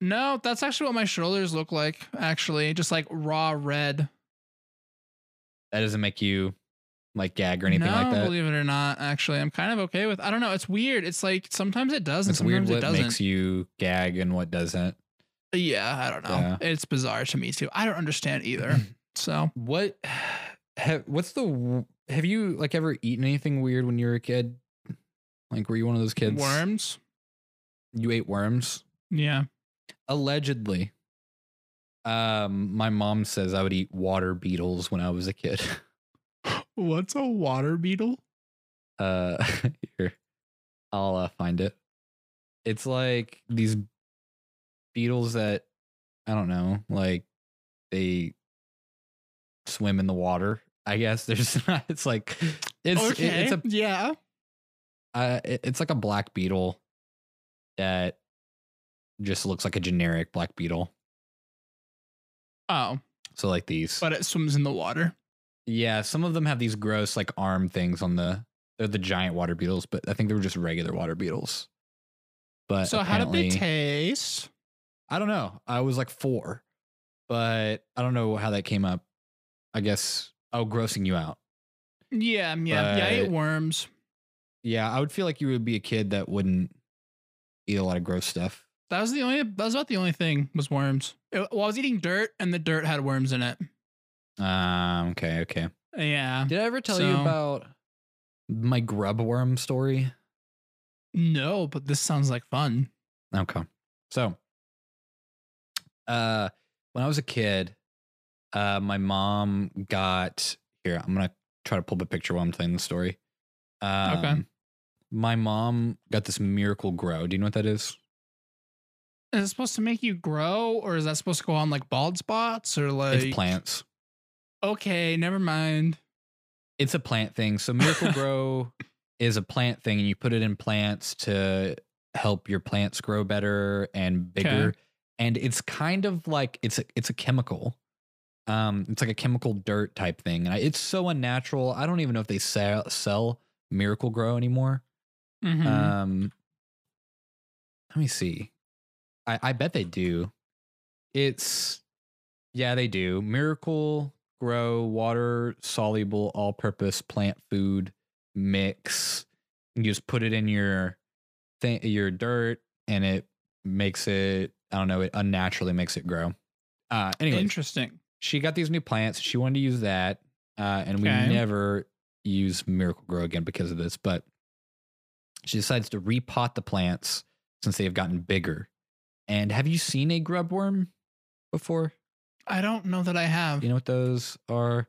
Speaker 3: No, that's actually what my shoulders look like. Actually, just like raw red.
Speaker 4: That doesn't make you like gag or anything
Speaker 3: no,
Speaker 4: like that.
Speaker 3: believe it or not, actually, I'm kind of okay with. I don't know. It's weird. It's like sometimes it does, and
Speaker 4: it's weird
Speaker 3: sometimes
Speaker 4: what
Speaker 3: it doesn't.
Speaker 4: makes you gag and what doesn't.
Speaker 3: yeah, I don't know. It's bizarre to me too. I don't understand either.
Speaker 4: <laughs>
Speaker 3: so
Speaker 4: What have what's the w- have you like ever eaten anything weird when you were a kid? Like were you one of those kids?
Speaker 3: worms.
Speaker 4: You ate worms?
Speaker 3: Yeah.
Speaker 4: Allegedly. Um my mom says I would eat water beetles when I was a kid. <laughs>
Speaker 3: What's a water beetle?
Speaker 4: Uh <laughs> here. I'll uh, find it. It's like these beetles that I don't know, like they swim in the water. I guess <laughs> there's not, it's like it's it-
Speaker 3: okay.
Speaker 4: it's a
Speaker 3: yeah.
Speaker 4: uh, it- it's like a black beetle that just looks like a generic black beetle.
Speaker 3: Oh,
Speaker 4: So like these,
Speaker 3: but it swims in the water.
Speaker 4: yeah, some of them have these gross like arm things on the. They're the giant water beetles, but I think they were just regular water beetles. But
Speaker 3: so how did they
Speaker 4: Uh, apparently-
Speaker 3: taste?
Speaker 4: I don't know. I was like four, but I don't know how that came up. I guess oh, grossing you out.
Speaker 3: Yeah, um, yeah, yeah. I
Speaker 4: But-
Speaker 3: ate worms.
Speaker 4: Yeah, I would feel like you would be a kid that wouldn't eat a lot of gross stuff.
Speaker 3: That was the only. That was about the only thing was worms. It- well, I was eating dirt, and the dirt had worms in it.
Speaker 4: Um. Okay. Okay.
Speaker 3: Yeah.
Speaker 4: Did I ever tell you
Speaker 3: So-
Speaker 4: about my grub worm story?
Speaker 3: No, but this sounds like fun.
Speaker 4: Okay. So, uh, when I was a kid, uh, my mom got here. I'm gonna try to pull up a picture while I'm telling the story. Um, My mom got this miracle grow. Do you know what that is?
Speaker 3: Is it supposed to make you grow, or is that supposed to go on like bald spots, or like
Speaker 4: it's plants.
Speaker 3: Okay, never mind.
Speaker 4: It's a plant thing. So miracle grow is a plant thing, and you put it in plants to help your plants grow better and bigger. And it's kind of like it's a, it's a chemical. Um, it's like a chemical dirt type thing, and I, it's so unnatural. I don't even know if they sell, sell Miracle Grow anymore.
Speaker 3: Mhm.
Speaker 4: Um, let me see. I, I bet they do. It's yeah, they do. Miracle Grow water soluble all purpose plant food mix. You just put it in your thing, your dirt, and it makes it. I don't know. It unnaturally makes it grow. Uh, anyway,
Speaker 3: Interesting.
Speaker 4: she got these new plants. She wanted to use that, uh, and
Speaker 3: Okay.
Speaker 4: we never use Miracle Grow again because of this. But she decides to repot the plants since they have gotten bigger. And have you seen a grub worm before?
Speaker 3: I don't know that I have.
Speaker 4: You know what those are?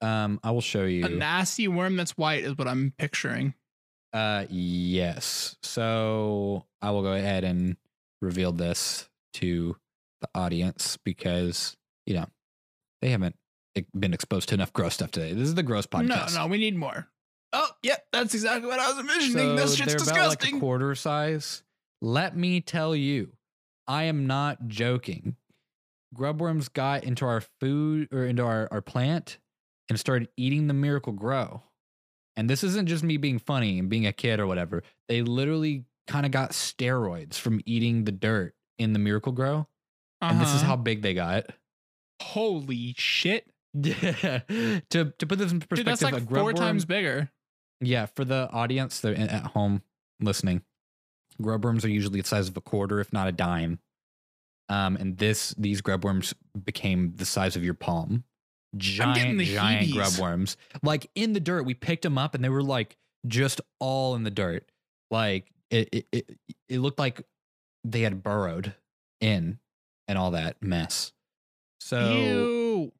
Speaker 4: Um, I will show you.
Speaker 3: a nasty worm that's white is what I'm picturing.
Speaker 4: Uh, yes. So I will go ahead and reveal this to the audience because you know they haven't e- been exposed to enough gross stuff today. This is the gross podcast.
Speaker 3: No, no, we need more. Oh, yep, that's exactly what I was envisioning.
Speaker 4: So
Speaker 3: this shit's
Speaker 4: they're about like a
Speaker 3: disgusting.
Speaker 4: quarter size. Let me tell you, I am not joking. Grubworms got into our food or into our, our plant and started eating the miracle grow. And this isn't just me being funny and being a kid or whatever. They literally kind of got steroids from eating the dirt in the miracle grow. And this is
Speaker 3: Uh-huh.
Speaker 4: how big they got.
Speaker 3: holy shit.
Speaker 4: <laughs> Yeah. to to put this in perspective,
Speaker 3: Dude, that's
Speaker 4: a
Speaker 3: like
Speaker 4: grub
Speaker 3: four
Speaker 4: worm-
Speaker 3: times bigger.
Speaker 4: yeah, for the audience that are at home listening, grub worms are usually the size of a quarter, if not a dime. Um, and this these grub worms became the size of your palm. Giant,
Speaker 3: the
Speaker 4: giant grub
Speaker 3: heebies.
Speaker 4: worms. Like in the dirt, we picked them up and they were like just all in the dirt. Like it, it, it, it looked like they had burrowed in and all that mess. So <laughs>
Speaker 3: Ew.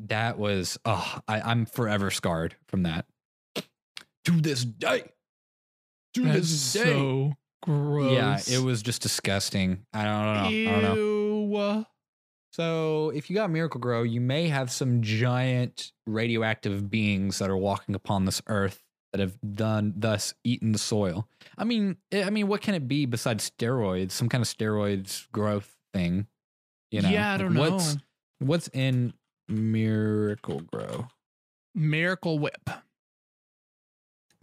Speaker 4: that was oh I, I'm forever scarred from that. To this day. To
Speaker 3: That's
Speaker 4: this day.
Speaker 3: so gross.
Speaker 4: yeah, it was just disgusting. I don't know. I don't know.
Speaker 3: Ew.
Speaker 4: So if you got Miracle Grow, you may have some giant radioactive beings that are walking upon this earth that have done thus eaten the soil. I mean, eh, I I mean, what can it be besides steroids? Some kind of steroids growth thing. You know?
Speaker 3: yeah, I
Speaker 4: Like,
Speaker 3: don't know.
Speaker 4: What's what's in Miracle Grow?
Speaker 3: Miracle Whip.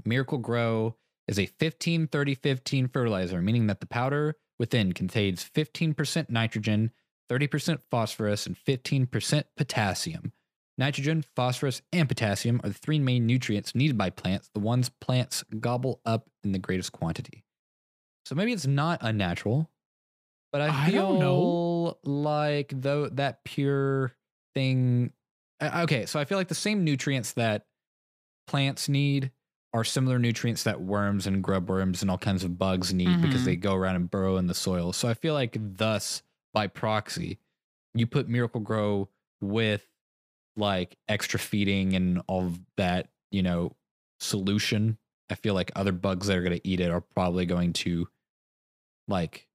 Speaker 4: Miracle Grow is a 15 30 15 fertilizer, meaning that the powder within contains 15% nitrogen, 30% phosphorus, and 15% potassium. Nitrogen, phosphorus, and potassium are the three main nutrients needed by plants, the ones plants gobble up in the greatest quantity. So maybe it's not unnatural, but I
Speaker 3: I
Speaker 4: feel
Speaker 3: don't know.
Speaker 4: like though that pure thing. uh, Okay, so I feel like the same nutrients that plants need are similar nutrients that worms and grub worms and all kinds of bugs need because
Speaker 3: Mhm.
Speaker 4: they go around and burrow in the soil. So I feel like thus by proxy, you put Miracle Grow with like extra feeding and all of that, you know, solution. I feel like other bugs that are going to eat it are probably going to like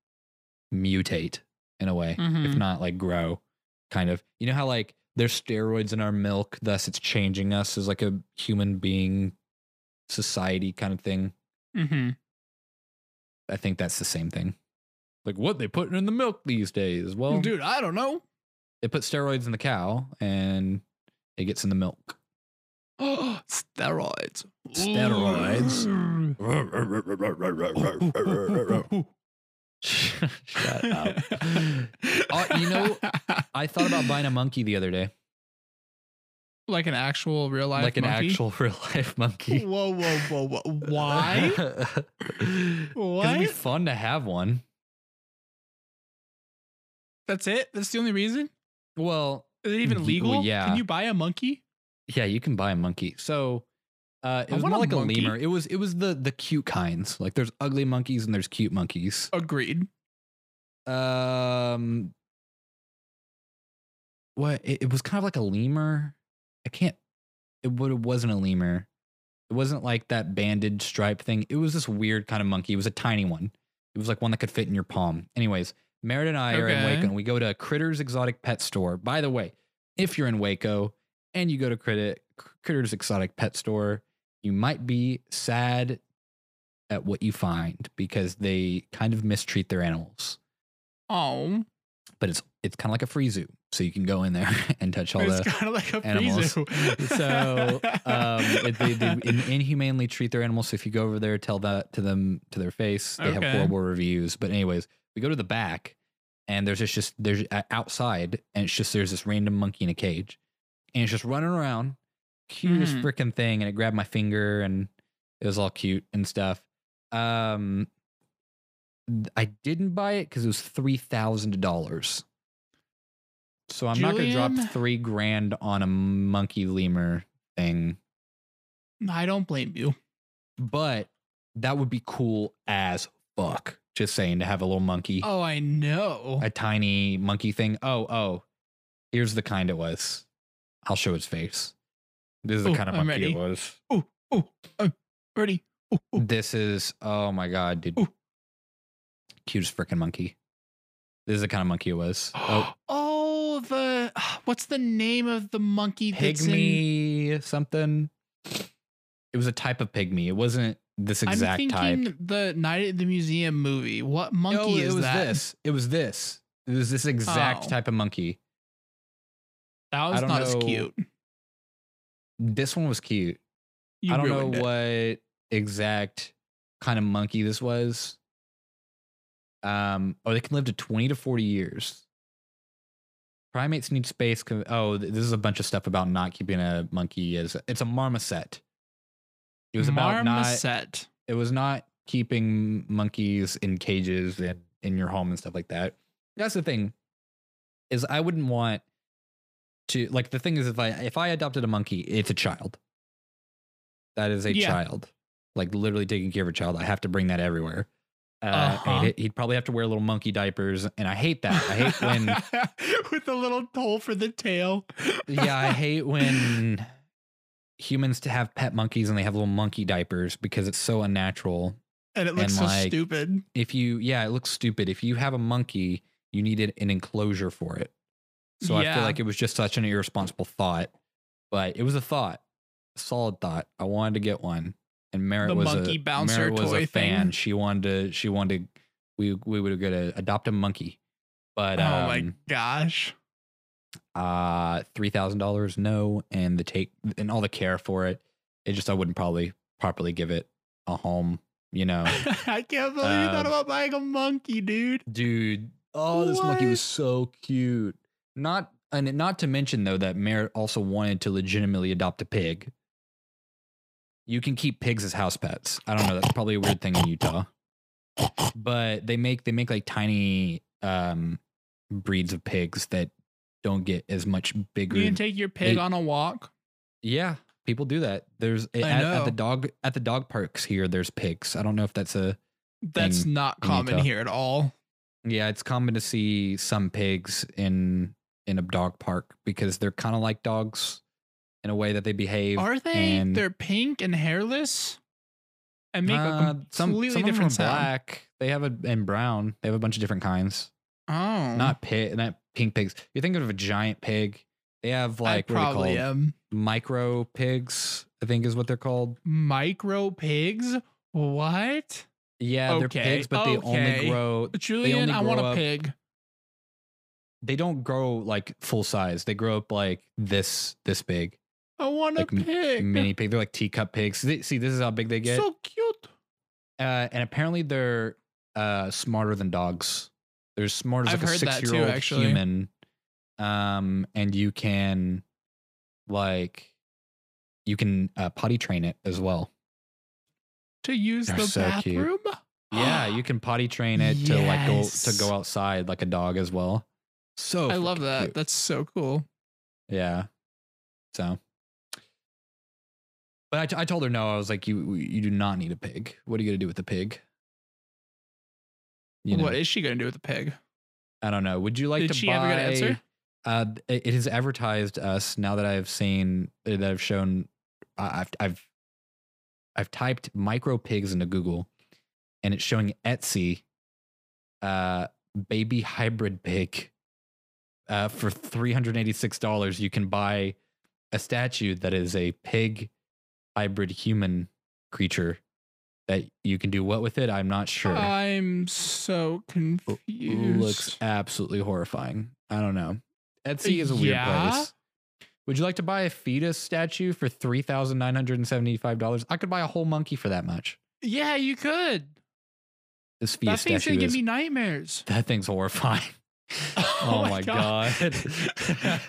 Speaker 4: mutate in a way, if
Speaker 3: Mhm.
Speaker 4: not like grow kind of. You know how like there's steroids in our milk, thus it's changing us as like a human being society kind of thing.
Speaker 3: Mm-hmm.
Speaker 4: I think that's the same thing. Like what they putting in the milk these days? Well,
Speaker 3: Dude, I don't know. <gasps>
Speaker 4: they put steroids in the cow and it gets in the milk. <laughs>
Speaker 3: steroids.
Speaker 4: Steroids.
Speaker 3: Ooh. <laughs>
Speaker 4: Shut up. Uh, you know- I thought about buying a monkey the other day,
Speaker 3: like an actual real life,
Speaker 4: like an
Speaker 3: monkey?
Speaker 4: actual <laughs> real life monkey.
Speaker 3: <laughs> Whoa, whoa, whoa, whoa!
Speaker 4: <laughs>
Speaker 3: Why?
Speaker 4: Because it'd be
Speaker 3: Why?
Speaker 4: fun to have one.
Speaker 3: That's it. That's the only reason.
Speaker 4: Well,
Speaker 3: Is it even
Speaker 4: Ye-
Speaker 3: legal?
Speaker 4: well, yeah.
Speaker 3: Can you buy a monkey?
Speaker 4: yeah, you can buy a monkey. So uh, it
Speaker 3: I
Speaker 4: was
Speaker 3: want
Speaker 4: more
Speaker 3: a
Speaker 4: like
Speaker 3: monkey.
Speaker 4: a lemur. It was it was the the cute kinds. Like there's ugly monkeys and there's cute monkeys.
Speaker 3: Agreed.
Speaker 4: Um, what it, it was kind of like a lemur. I can't. It would it wasn't a lemur. It wasn't like that banded stripe thing. It was this weird kind of monkey. It was a tiny one. It was like one that could fit in your palm. Anyways, Merritt and I are in
Speaker 3: Okay.
Speaker 4: Waco. and We go to Critters Exotic Pet Store. By the way, if you're in Waco and you go to Crit- Critters Exotic Pet Store, you might be sad at what you find because they kind of mistreat their animals.
Speaker 3: Oh,
Speaker 4: But it's it's kind of like a free zoo, so you can go in there <laughs> and touch all
Speaker 3: it's
Speaker 4: the.
Speaker 3: kind of like a free
Speaker 4: animals.
Speaker 3: zoo.
Speaker 4: <laughs> So um,
Speaker 3: <laughs>
Speaker 4: it, they, they in, inhumanely treat their animals. So if you go over there, tell that to them to their face. They
Speaker 3: Okay.
Speaker 4: have horrible reviews. But anyways, we go to the back, and there's just just there's uh, outside, and it's just there's this random monkey in a cage, and it's just running around, cutest
Speaker 3: Mhm.
Speaker 4: freaking thing, and it grabbed my finger, and it was all cute and stuff. Um, th- I didn't buy it because it was three thousand dollars. So I'm not gonna
Speaker 3: Julian?
Speaker 4: drop three grand on a monkey lemur thing,
Speaker 3: I don't blame you.
Speaker 4: but that would be cool as fuck. Just saying to have a little monkey,
Speaker 3: Oh, I know.
Speaker 4: a tiny monkey thing. Oh, oh, here's the kind it was. I'll show its face. This is the
Speaker 3: Ooh,
Speaker 4: kind of
Speaker 3: I'm
Speaker 4: monkey
Speaker 3: ready.
Speaker 4: it was.
Speaker 3: Oh, uh, Ready? Ooh, ooh.
Speaker 4: This is oh my god, dude.
Speaker 3: Ooh.
Speaker 4: Cutest freaking monkey. This is the kind of monkey it was. Oh,
Speaker 3: Oh, the what's the name of the monkey? That's in,
Speaker 4: pygmy something. It was a type of pygmy. It wasn't this
Speaker 3: I'm
Speaker 4: exact
Speaker 3: thinking
Speaker 4: type.
Speaker 3: the Night at the Museum movie. What monkey
Speaker 4: no,
Speaker 3: is
Speaker 4: it was
Speaker 3: that?
Speaker 4: this. It was this. It was this exact
Speaker 3: Oh.
Speaker 4: type of monkey.
Speaker 3: That was
Speaker 4: don't
Speaker 3: not as
Speaker 4: know.
Speaker 3: cute.
Speaker 4: This one was cute.
Speaker 3: You
Speaker 4: I don't know
Speaker 3: ruined it.
Speaker 4: what exact kind of monkey this was. Um, oh, they can live to 20 to 40 years. Primates need space. co- Oh, th- this is a bunch of stuff about not keeping a monkey as it's a marmoset. It was about not
Speaker 3: Marmoset.
Speaker 4: it was not keeping monkeys in cages and in your home and stuff like that. That's the thing is I wouldn't want to like the thing is if I if I adopted a monkey, it's a child. That is a
Speaker 3: Yeah.
Speaker 4: child. Like literally taking care of a child. I have to bring that everywhere. Uh,
Speaker 3: Uh-huh.
Speaker 4: and he'd, he'd probably have to wear little monkey diapers and I hate that.
Speaker 3: <laughs>
Speaker 4: I hate when
Speaker 3: with the little hole for the tail.
Speaker 4: yeah, I hate when humans to have pet monkeys and they have little monkey diapers because it's so unnatural
Speaker 3: <laughs> and it looks
Speaker 4: and,
Speaker 3: so
Speaker 4: like,
Speaker 3: stupid.
Speaker 4: if you yeah it looks stupid if you have a monkey you needed an enclosure for it so i
Speaker 3: Yeah.
Speaker 4: feel like it was just such an irresponsible thought but it was a thought a solid thought i wanted to get one and Merritt
Speaker 3: The
Speaker 4: was
Speaker 3: monkey
Speaker 4: a,
Speaker 3: bouncer
Speaker 4: Merritt was
Speaker 3: toy
Speaker 4: a fan
Speaker 3: thing.
Speaker 4: she wanted to she wanted to, we we would go to adopt a monkey but
Speaker 3: oh my
Speaker 4: um,
Speaker 3: gosh.
Speaker 4: uh three thousand dollars no and the take and all the care for it it just i wouldn't probably properly give it a home you know
Speaker 3: <laughs> I can't believe you thought
Speaker 4: Um,
Speaker 3: about buying a monkey, dude.
Speaker 4: Dude, oh, this monkey
Speaker 3: What?
Speaker 4: was so cute. Not and not to mention though that Merritt also wanted to legitimately adopt a pig. You can keep pigs as house pets. I don't know. That's probably a weird thing in Utah, but they make they make like tiny um, breeds of pigs that don't get as much bigger.
Speaker 3: You can take your pig
Speaker 4: It-
Speaker 3: on a walk.
Speaker 4: yeah, people do that. There's at, at
Speaker 3: know.
Speaker 4: the dog at the dog parks here. There's pigs. I don't know if that's a
Speaker 3: That's not
Speaker 4: in
Speaker 3: common
Speaker 4: Utah.
Speaker 3: here at all.
Speaker 4: Yeah, it's common to see some pigs in in a dog park because they're kind of like dogs in a way that they behave.
Speaker 3: Are they?
Speaker 4: and-
Speaker 3: They're pink and hairless, and make
Speaker 4: Uh,
Speaker 3: a completely
Speaker 4: some, some of them
Speaker 3: different
Speaker 4: are
Speaker 3: sound.
Speaker 4: black. They have a and brown. They have a bunch of different kinds.
Speaker 3: Oh,
Speaker 4: Not pig, not pink pigs. You think of a giant pig. They have like
Speaker 3: I
Speaker 4: what are they
Speaker 3: probably
Speaker 4: called?
Speaker 3: am.
Speaker 4: Micro pigs, I think is what they're called.
Speaker 3: Micro pigs. What,
Speaker 4: Yeah,
Speaker 3: Okay,
Speaker 4: they're pigs, but they
Speaker 3: okay.
Speaker 4: only grow.
Speaker 3: Julian? I want
Speaker 4: grow
Speaker 3: a
Speaker 4: up-
Speaker 3: pig.
Speaker 4: They don't grow like full size. They grow up like this this big.
Speaker 3: <laughs> I want
Speaker 4: like
Speaker 3: a
Speaker 4: m-
Speaker 3: pig.
Speaker 4: mini pig. They're like teacup pigs. See, see, this is how big they get.
Speaker 3: So cute.
Speaker 4: uh, and apparently they're uh, smarter than dogs. They're as smart as
Speaker 3: I've
Speaker 4: like a
Speaker 3: heard that too,
Speaker 4: six-year-old
Speaker 3: actually.
Speaker 4: human. Um, and you can, like, you can uh, potty train it as well.
Speaker 3: To use
Speaker 4: They're
Speaker 3: the
Speaker 4: so cute.
Speaker 3: bathroom. <gasps>
Speaker 4: <gasps> Yeah, you can potty train it to like go to
Speaker 3: Yes.
Speaker 4: go outside like a dog as well. So
Speaker 3: I love
Speaker 4: freaking
Speaker 3: that.
Speaker 4: cute.
Speaker 3: That's so cool.
Speaker 4: Yeah. So, but I, t- I told her no. I was like, you you do not need a pig. What are you gonna do with the pig? You know,
Speaker 3: What is she gonna do with the pig?
Speaker 4: I don't know. Would you like
Speaker 3: Did
Speaker 4: to
Speaker 3: she
Speaker 4: buy?
Speaker 3: have a good answer?
Speaker 4: Uh, it it has advertised us now that I've seen uh, that I've shown. I- I've I've I've typed micro pigs into Google, and it's showing Etsy, uh, baby hybrid pig, uh, for three hundred eighty six dollars. You can buy a statue that is a pig hybrid human creature that you can do what with it. I'm not sure.
Speaker 3: I'm so confused.
Speaker 4: Looks absolutely horrifying. I don't know. Etsy is a weird
Speaker 3: Yeah?
Speaker 4: place. Would you like to buy a fetus statue for three thousand nine hundred and seventy-five dollars? I could buy a whole monkey for that much.
Speaker 3: yeah, you could.
Speaker 4: This
Speaker 3: That
Speaker 4: fetus
Speaker 3: thing's
Speaker 4: statue
Speaker 3: gonna give
Speaker 4: is
Speaker 3: me nightmares.
Speaker 4: <laughs> that thing's horrifying. <laughs>
Speaker 3: Oh,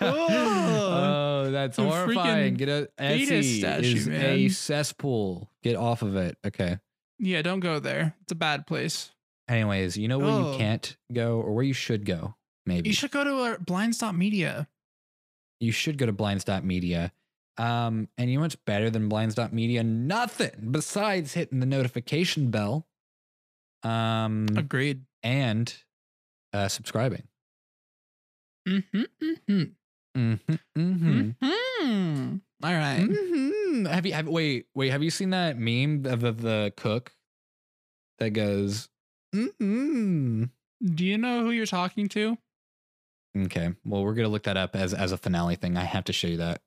Speaker 3: Ugh.
Speaker 4: oh, that's
Speaker 3: A freaking
Speaker 4: horrifying. Get a
Speaker 3: fetus
Speaker 4: Etsy
Speaker 3: statue,
Speaker 4: is a
Speaker 3: man.
Speaker 4: cesspool. Get off of it. Okay.
Speaker 3: yeah, don't go there. It's a bad place.
Speaker 4: Anyways, you know where
Speaker 3: Oh.
Speaker 4: you can't go or where you should go. Maybe
Speaker 3: You should go to uh, our Blind Stop Media.
Speaker 4: you should go to blinds.media. Um, and you know what's better than blinds.media? Nothing besides hitting the notification bell. Um,
Speaker 3: Agreed.
Speaker 4: and uh, subscribing.
Speaker 3: Mm-hmm. Mm-hmm.
Speaker 4: Mm-hmm, mm-hmm.
Speaker 3: Mm-hmm. All right.
Speaker 4: Mhm. Have you have wait wait have you seen that meme of the, the cook that goes mm
Speaker 3: Do you know who you're talking to?
Speaker 4: okay well we're gonna look that up as as a finale thing I have to show you <laughs> that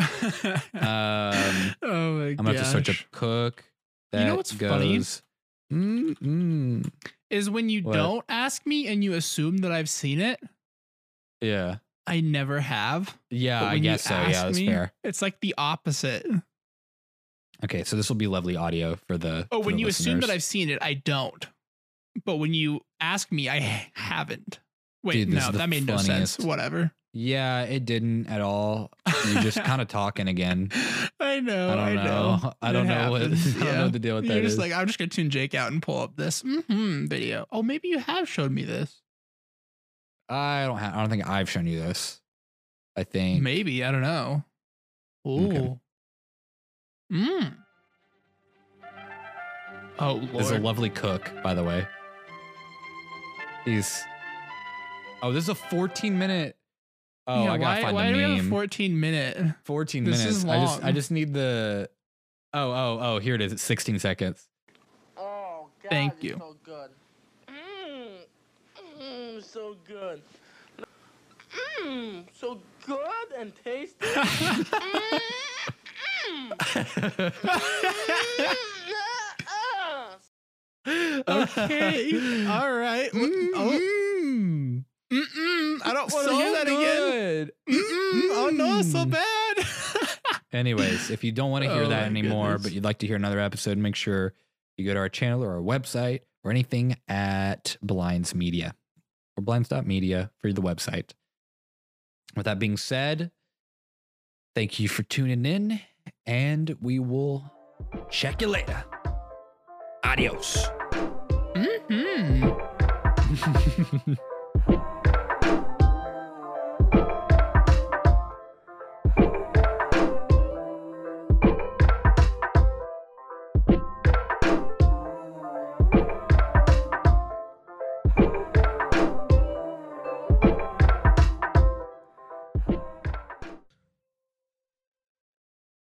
Speaker 4: um
Speaker 3: <laughs> oh my
Speaker 4: I'm gonna have to search up cook
Speaker 3: You
Speaker 4: that
Speaker 3: know what's funny?
Speaker 4: funny mm
Speaker 3: Is when you
Speaker 4: What?
Speaker 3: don't ask me and you assume that I've seen it.
Speaker 4: yeah
Speaker 3: I never have.
Speaker 4: yeah
Speaker 3: But
Speaker 4: Uh, I
Speaker 3: when you
Speaker 4: guess so yeah
Speaker 3: ask
Speaker 4: that's
Speaker 3: me-
Speaker 4: fair
Speaker 3: It's like the opposite.
Speaker 4: okay so this will be lovely audio for the
Speaker 3: Oh,
Speaker 4: for
Speaker 3: when
Speaker 4: the
Speaker 3: you assume that
Speaker 4: listeners.
Speaker 3: I've seen it, I don't. But when you ask me, I ha- haven't. Wait,
Speaker 4: Dude, this
Speaker 3: no,
Speaker 4: is the
Speaker 3: that made no sense.
Speaker 4: funniest.
Speaker 3: Whatever. <laughs>
Speaker 4: yeah it didn't at all you're just kind of talking again
Speaker 3: Oh, I know.
Speaker 4: I don't know. <laughs> I
Speaker 3: It
Speaker 4: don't know what
Speaker 3: happens.
Speaker 4: I don't know what the deal with
Speaker 3: You're
Speaker 4: that
Speaker 3: just
Speaker 4: is.
Speaker 3: like, I'm just gonna tune Jake out and pull up this hmm video. Oh, maybe you have showed me this.
Speaker 4: I don't have, I don't think I've shown you this. I think
Speaker 3: Maybe I don't know.
Speaker 4: Okay.
Speaker 3: Ooh. Mm. Oh lord.
Speaker 4: this is a lovely cook, by the way. He's Oh, this is a 14 minute Oh,
Speaker 3: yeah,
Speaker 4: I gotta
Speaker 3: why,
Speaker 4: find
Speaker 3: why
Speaker 4: the
Speaker 3: do we have
Speaker 4: meme.
Speaker 3: a 14
Speaker 4: <laughs>
Speaker 3: minute?
Speaker 4: 14
Speaker 3: This
Speaker 4: minutes.
Speaker 3: is
Speaker 4: I just I
Speaker 3: long.
Speaker 4: just need the Oh, oh, oh, here it is. It's 16
Speaker 3: <laughs>
Speaker 4: seconds. <laughs>
Speaker 5: Oh, God,
Speaker 3: Thank
Speaker 5: it's
Speaker 3: you.
Speaker 5: so good. Mmm, mmm, so good. Mmm, so good and
Speaker 3: <laughs>
Speaker 5: tasty. Mmm, mmm, mmm, ah, ah.
Speaker 3: Okay. All right.
Speaker 4: Mm-hmm.
Speaker 3: Oh,
Speaker 4: Mm.
Speaker 3: mm-mm. I don't want to
Speaker 4: So
Speaker 3: hear that again.
Speaker 4: good.
Speaker 3: Mm-mm. Oh no, so
Speaker 4: Mm.
Speaker 3: bad. <laughs>
Speaker 4: Anyways, if you don't want to hear
Speaker 3: Oh
Speaker 4: that
Speaker 3: my
Speaker 4: anymore,
Speaker 3: goodness.
Speaker 4: but you'd like to hear another episode, make sure you go to our channel or our website or anything at Blinds Media or blinds.media for the website. With that being said, thank you for tuning in and we will check you later. Adios. Hmm.
Speaker 3: mm-hmm.